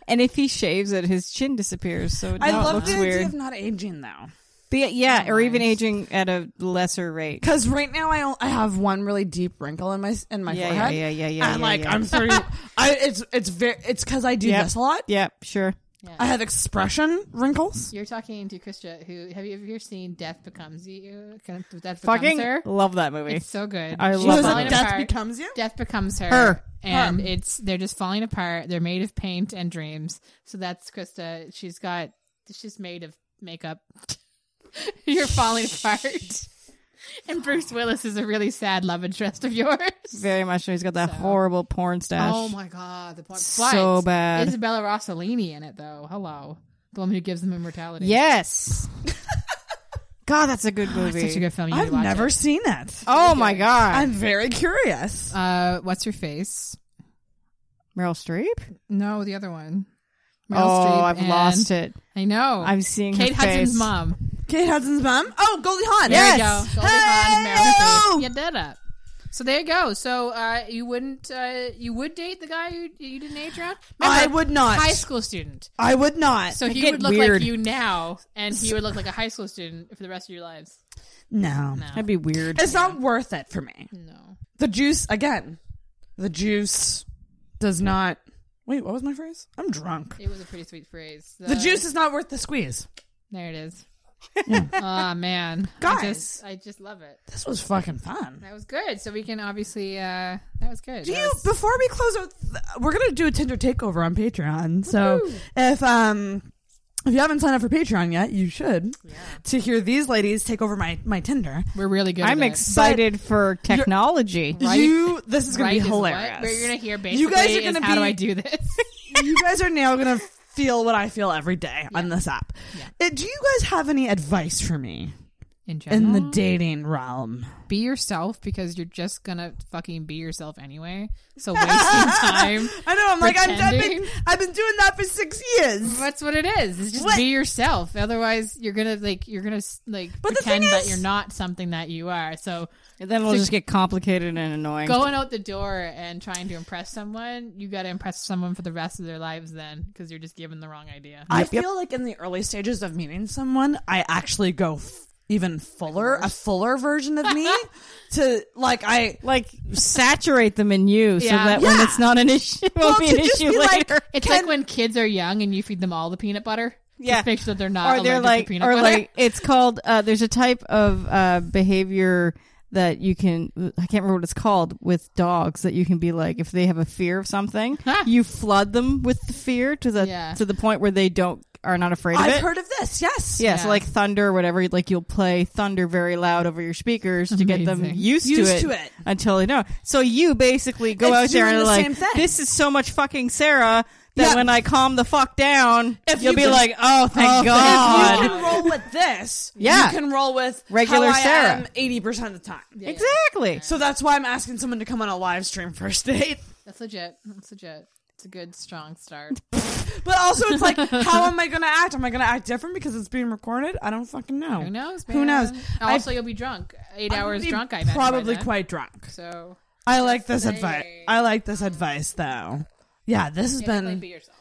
E: and if he shaves it, his chin disappears. So
D: I
E: now it
D: love
E: looks
D: the
E: weird.
D: idea of not aging though.
E: But yeah, yeah, or even aging at a lesser rate.
D: Because right now I I have one really deep wrinkle in my in my
E: Yeah, yeah,
D: forehead.
E: yeah, yeah, yeah.
D: and
E: yeah,
D: like
E: yeah.
D: I'm thirty. I it's it's very it's because I do
E: Yep.
D: this a lot.
E: Yeah, sure.
D: I have expression wrinkles.
B: You're talking to Kristia, who have you ever seen Death Becomes You? Death Becomes
E: Fucking
B: Her.
E: love that movie.
B: It's so good.
E: I
B: She's
E: love
D: Was
E: that
B: falling
D: it death
B: apart.
D: becomes you?
B: Death becomes her.
E: Her.
B: And it's they're just falling apart. They're made of paint and dreams. So that's Krista. She's got she's made of makeup. You're falling apart. And Bruce Willis is a really sad love interest of yours.
E: Very much. so. He's got that horrible porn stash.
B: Oh my god, the point.
E: So
B: But
E: bad.
B: Isabella Rossellini in it though. Hello, the woman who gives them immortality.
E: Yes. God, that's a good movie.
B: Oh, such a good film. You need
D: I've
B: to watch
D: never
B: It.
D: seen it.
E: oh my god.
D: I'm very curious.
B: Uh, what's her face?
E: Meryl Streep.
B: No, the other one. Meryl
E: oh,
B: Streep
E: I've
B: and-
E: lost it.
B: I know.
E: I'm seeing her
B: Kate Hudson's
E: face.
B: mom.
D: Kate Hudson's mom. Oh, Goldie Hawn.
B: There
E: Yes.
B: you go. Goldie Hawn, Meryl
D: Hey-o.
B: Streep. You did it. So there you go. So uh, you wouldn't, uh, you would date the guy who you didn't age around?
D: I
B: Remember,
D: would not.
B: High school student.
D: I would not.
B: So he
E: get
B: would look like
E: weird.
B: you now, and he would look like a high school student for the rest of your lives.
D: no.
E: That'd be weird.
D: It's not worth it for me.
B: No.
D: The juice again. The juice does not. Wait, what was my phrase? I'm drunk.
B: It was a pretty sweet phrase.
D: The juice is not worth the squeeze.
B: There it is. oh, man.
D: Guys.
B: I just, I just love it.
D: This was fucking fun.
B: That was good. So we can obviously, uh, that was good.
D: Do
B: That
D: you
B: was-
D: before we close out th- we're gonna do a Tinder takeover on Patreon. So if um if you haven't signed up for Patreon yet, you should to hear these ladies take over my my Tinder.
B: we're really good.
E: I'm
B: at it.
E: excited for technology.
B: Right-
D: you this is gonna
B: Right
D: be
B: is what?
D: hilarious.
B: Where you're gonna hear basically
D: You guys are
B: is
D: gonna
B: how do
D: be-
B: I do this?
D: you guys are now gonna feel what I feel every day on this app. Uh, do you guys have any advice for me
B: In general,
D: in the dating realm?
B: be yourself because you're just gonna fucking be yourself anyway. So wasting time.
D: I know. I'm like I'm, I've been
B: Pretending.
D: I've been doing that for six years.
B: That's what it is. It's just
D: What?
B: be yourself. Otherwise, you're gonna like you're gonna like
D: But the
B: pretend
D: thing
B: that
D: is-
B: you're not something that you are. So
E: And then it'll just get complicated and annoying.
B: going out the door and trying to impress someone, you got to impress someone for the rest of their lives then because you're just given the wrong idea.
D: I feel like in the early stages of meeting someone, I actually go f- even fuller, a fuller version of me to like I
E: like saturate them in you so
B: Yeah.
E: that when
D: Yeah.
E: it's not an issue, it
D: Well,
E: won't be
D: to
E: an
D: just
E: issue
D: be like-
E: later.
B: It's like when kids are young and you feed them all the peanut butter.
E: Yeah.
B: Just make sure that they're not.
E: or they're
B: allergic to
E: like, or
B: peanut butter.
E: like, it's called. Uh, there's a type of uh, behavior that you can. I can't remember what it's called with dogs that you can be like, if they have a fear of something, you flood them with the fear to the
B: Yeah.
E: to the point where they don't are not afraid of
D: I've
E: it.
D: heard of this. Yes.
E: yeah,
B: Yeah.
E: so like thunder or whatever, like you'll play thunder very loud over your speakers to get them
B: Amazing.
E: used,
D: Used
E: to, it
D: to it.
E: until they know. So you basically go
D: It's
E: out there
D: doing
E: and
D: the
E: like,
D: same thing.
E: this is so much fucking Sarah that
D: Yeah.
E: when I calm the fuck down,
D: If
E: you'll
D: you
E: be
D: can-
E: like, oh, thank God.
D: If you can roll with this,
E: Yeah.
D: you can roll with
E: Regular
D: how I
E: Sarah.
D: am 80% of the time.
E: Exactly.
D: So that's why I'm asking someone to come on a live stream first date.
B: That's legit. That's legit. It's a good strong start.
D: But also, it's like, how am I going to act? Am I going to act different because it's being recorded? I don't fucking know.
B: Who knows?
D: Who knows?
B: man?
D: I-
B: Also, you'll be drunk. Eight
D: I would
B: hours
D: be
B: drunk. I imagine by
D: probably
B: then.
D: quite drunk.
B: So
D: I like this
B: Just
D: advice.
B: saying.
D: I like this advice though. Yeah, this has
B: yeah, like,
D: been
B: be yourself.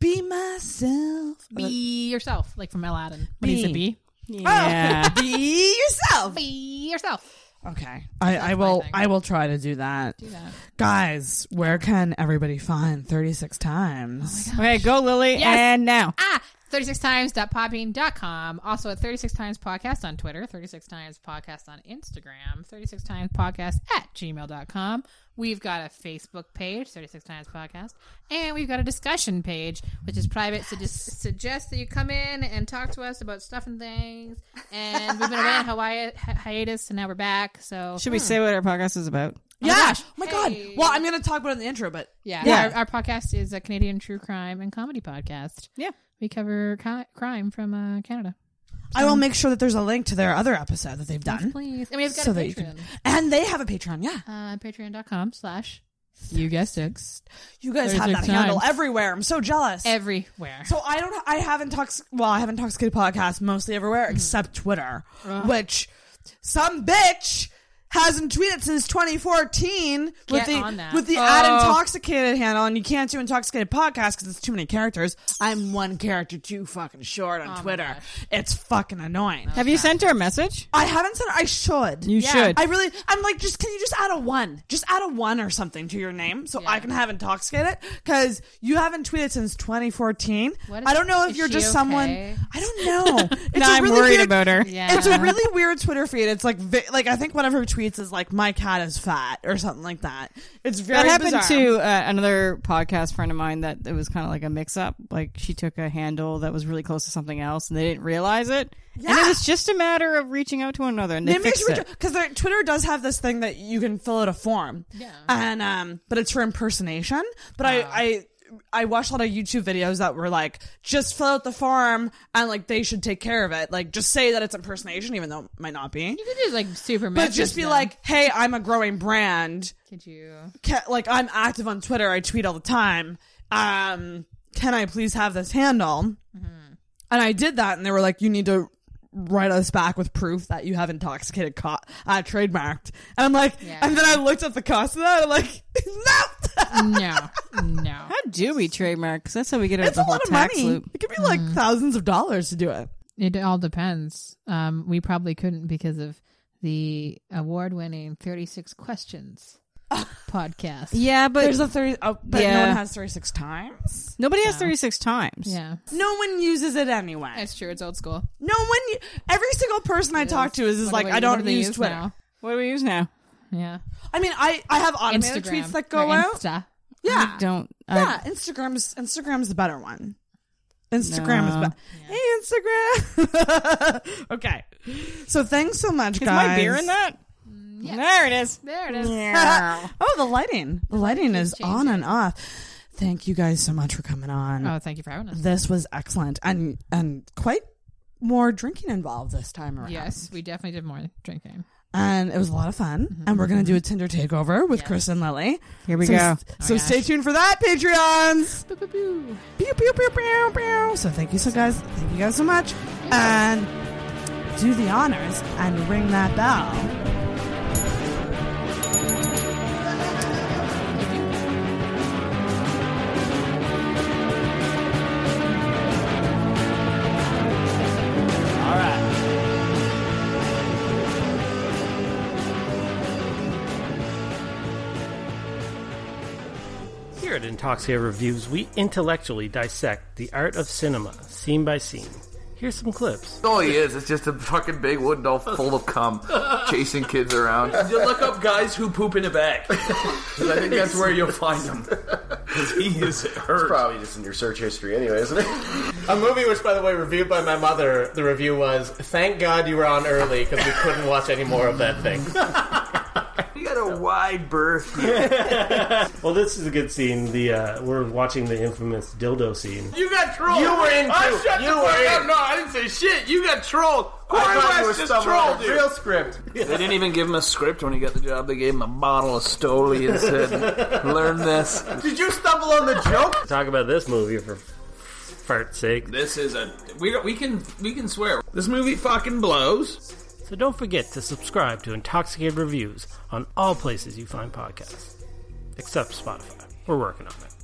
D: be myself.
B: Be yourself, like from Aladdin. What is it? Be
E: Yeah.
D: Oh, be yourself.
B: be yourself.
D: Okay, I, I will.
B: thing.
D: I will try to do that.
B: that.
D: Guys, where can everybody find thirty six times?
B: Oh
E: okay, go Lily,
B: Yes.
E: and now.
B: Ah, 36times.podbean.com. Also at 36 times podcast on Twitter, 36 times podcast on Instagram, 36 times podcast at gmail.com. We've got a Facebook page, 36 times podcast, and we've got a discussion page, which is private. So just suggest that you come in and talk to us about stuff and things. And we've been away on Hawaii hi- hiatus, and now we're back. So
E: Hmm. Should we say what our podcast is about?
B: my
D: yeah.
B: gosh.
D: Oh my god. Well, I'm gonna talk about it in the intro, but
B: Yeah.
E: Yeah.
B: Our, our podcast is a Canadian true crime and comedy podcast.
E: Yeah.
B: We cover co- crime from uh, Canada.
D: I will make sure that there's a link to their other episode that they've done.
B: Please. And we have got
D: Mm-hmm. So
B: a
D: that you
B: Patreon.
D: And they have a Patreon, yeah.
B: Uh, Patreon.com slash you guessed it.
D: You guys
B: There's
D: have
B: their
D: that
B: time.
D: handle everywhere. I'm so jealous.
B: Everywhere.
D: so I don't. I haven't talks. Well, I haven't talks kid podcast mostly everywhere
B: Mm-hmm.
D: except Twitter,
B: Uh-huh.
D: which some bitch hasn't tweeted since 2014 with
B: Get
D: the
B: on that. Oh.
D: with the ad intoxicated handle, and you can't do intoxicated podcast because it's too many characters. I'm one character too fucking short
B: Oh
D: on Twitter. It's fucking annoying.
E: Have you sent her a message?
D: I haven't said I should.
E: You should.
D: I really. I'm like, just can you just add a one? Just add a one or something to your name so I can have intoxicate it because you haven't tweeted since 2014.
B: What is-
D: I don't know if
B: is
D: you're
B: she
D: just someone.
B: okay?
D: I don't know. It's
E: No,
D: a
E: I'm
D: really
E: worried
D: weird-
E: about her.
B: Yeah.
D: It's a really weird Twitter feed. It's like, vi- like I think one of her tweets is like, "My cat is fat" or something like that. It's very
E: That happened
D: bizarre.
E: to uh, another podcast friend of mine that it was kind of like a mix up. Like she took a handle that was really close to something else and they didn't realize it. And it
D: Yeah.
E: was just a matter of reaching out to one another and they
D: Maybe
E: fixed it.
D: because Twitter does have this thing that you can fill out a form. Yeah. And um, but it's for impersonation. But I I. I watched a lot of YouTube videos that were like, just fill out the form and like they should take care of it. Like, just say that it's impersonation, even though it might not be.
B: You could do like super
D: But
B: message
D: just be
B: them.
D: like, hey, I'm a growing brand.
B: could you?
D: Ca like, I'm active on Twitter. I tweet all the time. Um, can I please have this handle? And I did that, and they were like, you need to write us back with proof that you have intoxicated co- uh, trademarked. And I'm like, and then I looked up the cost of that. I'm like, no,
B: No. No.
E: How do we trademark? 'Cause that's how we get out of
D: it's a
E: the whole
D: lot of
E: tax
D: money.
E: loop.
D: It could be like thousands of dollars to do it.
B: It all depends. Um, we probably couldn't because of the award-winning 36 questions podcast.
E: Yeah, but
D: There's a thirty, oh, but no
E: Yeah.
D: one has thirty six times.
E: nobody has 36 times.
B: Yeah.
D: No one uses it anyway.
B: That's true. It's old school.
D: No one. Every single person I talk to is, is
B: What do
D: like,
B: we-
D: I
B: what do
D: don't
B: they
D: use Twitter.
B: now?
E: What do we use now?
B: Yeah.
D: I mean, I I have automated
B: Instagram.
D: tweets that go
B: or
D: out.
B: Insta.
D: Yeah,
E: Don't. I,
D: yeah. Instagram's Instagram's the better one. Instagram
E: No.
D: is better. Hey, Instagram. okay. So thanks so much,
E: is
D: guys.
E: my beer in that? There it is.
B: There it is.
D: oh, the lighting. The lighting is on and off. Thank you guys so much for coming on.
B: Oh, thank you for having us.
D: This was excellent and and quite more drinking involved this time around.
B: Yes, we definitely did more drinking.
D: and it was a lot of fun. And we're gonna do a Tinder takeover with Chris and Lily.
E: Here we
D: so,
E: go.
D: So stay tuned for that, Patreons. Oh, Pew, pew, pew, pew, pew. So thank you so guys, thank you guys so much, and do the honors and ring that bell.
I: Here at Intoxia Reviews, we intellectually dissect the art of cinema, scene by scene. Here's some clips.
J: all he is. It's just a fucking big wooden doll full of cum, chasing kids around.
K: You look up guys who poop in a bag.
J: 'Cause I think that's where you'll find him.
K: he is hurt.
L: probably just in your search history anyway, isn't it? a movie which, by the way, reviewed by my mother, the review was, thank God you were on early because we couldn't watch any more of that thing.
K: You got a wide berth.
I: Well, this is a good scene. The uh, we're watching the infamous dildo scene.
K: You got trolled.
L: You were in
K: I
L: too.
K: shut
L: You
K: the
L: were
K: fuck up.
L: in.
K: No, I didn't say shit. You got trolled. Corey
L: I thought you
K: West
L: were
K: just
L: stumbling on
K: trolled
L: a
K: you.
L: real script.
J: They didn't even give him a script when he got the job. They gave him a bottle of Stoli and said, "Learn this."
L: Did you stumble on the joke?
I: Talk about this movie for fart's sake.
K: This is a we don't, we can we can swear this movie fucking blows.
I: So don't forget to subscribe to Intoxicated Reviews on all places you find podcasts, except Spotify. We're working on it.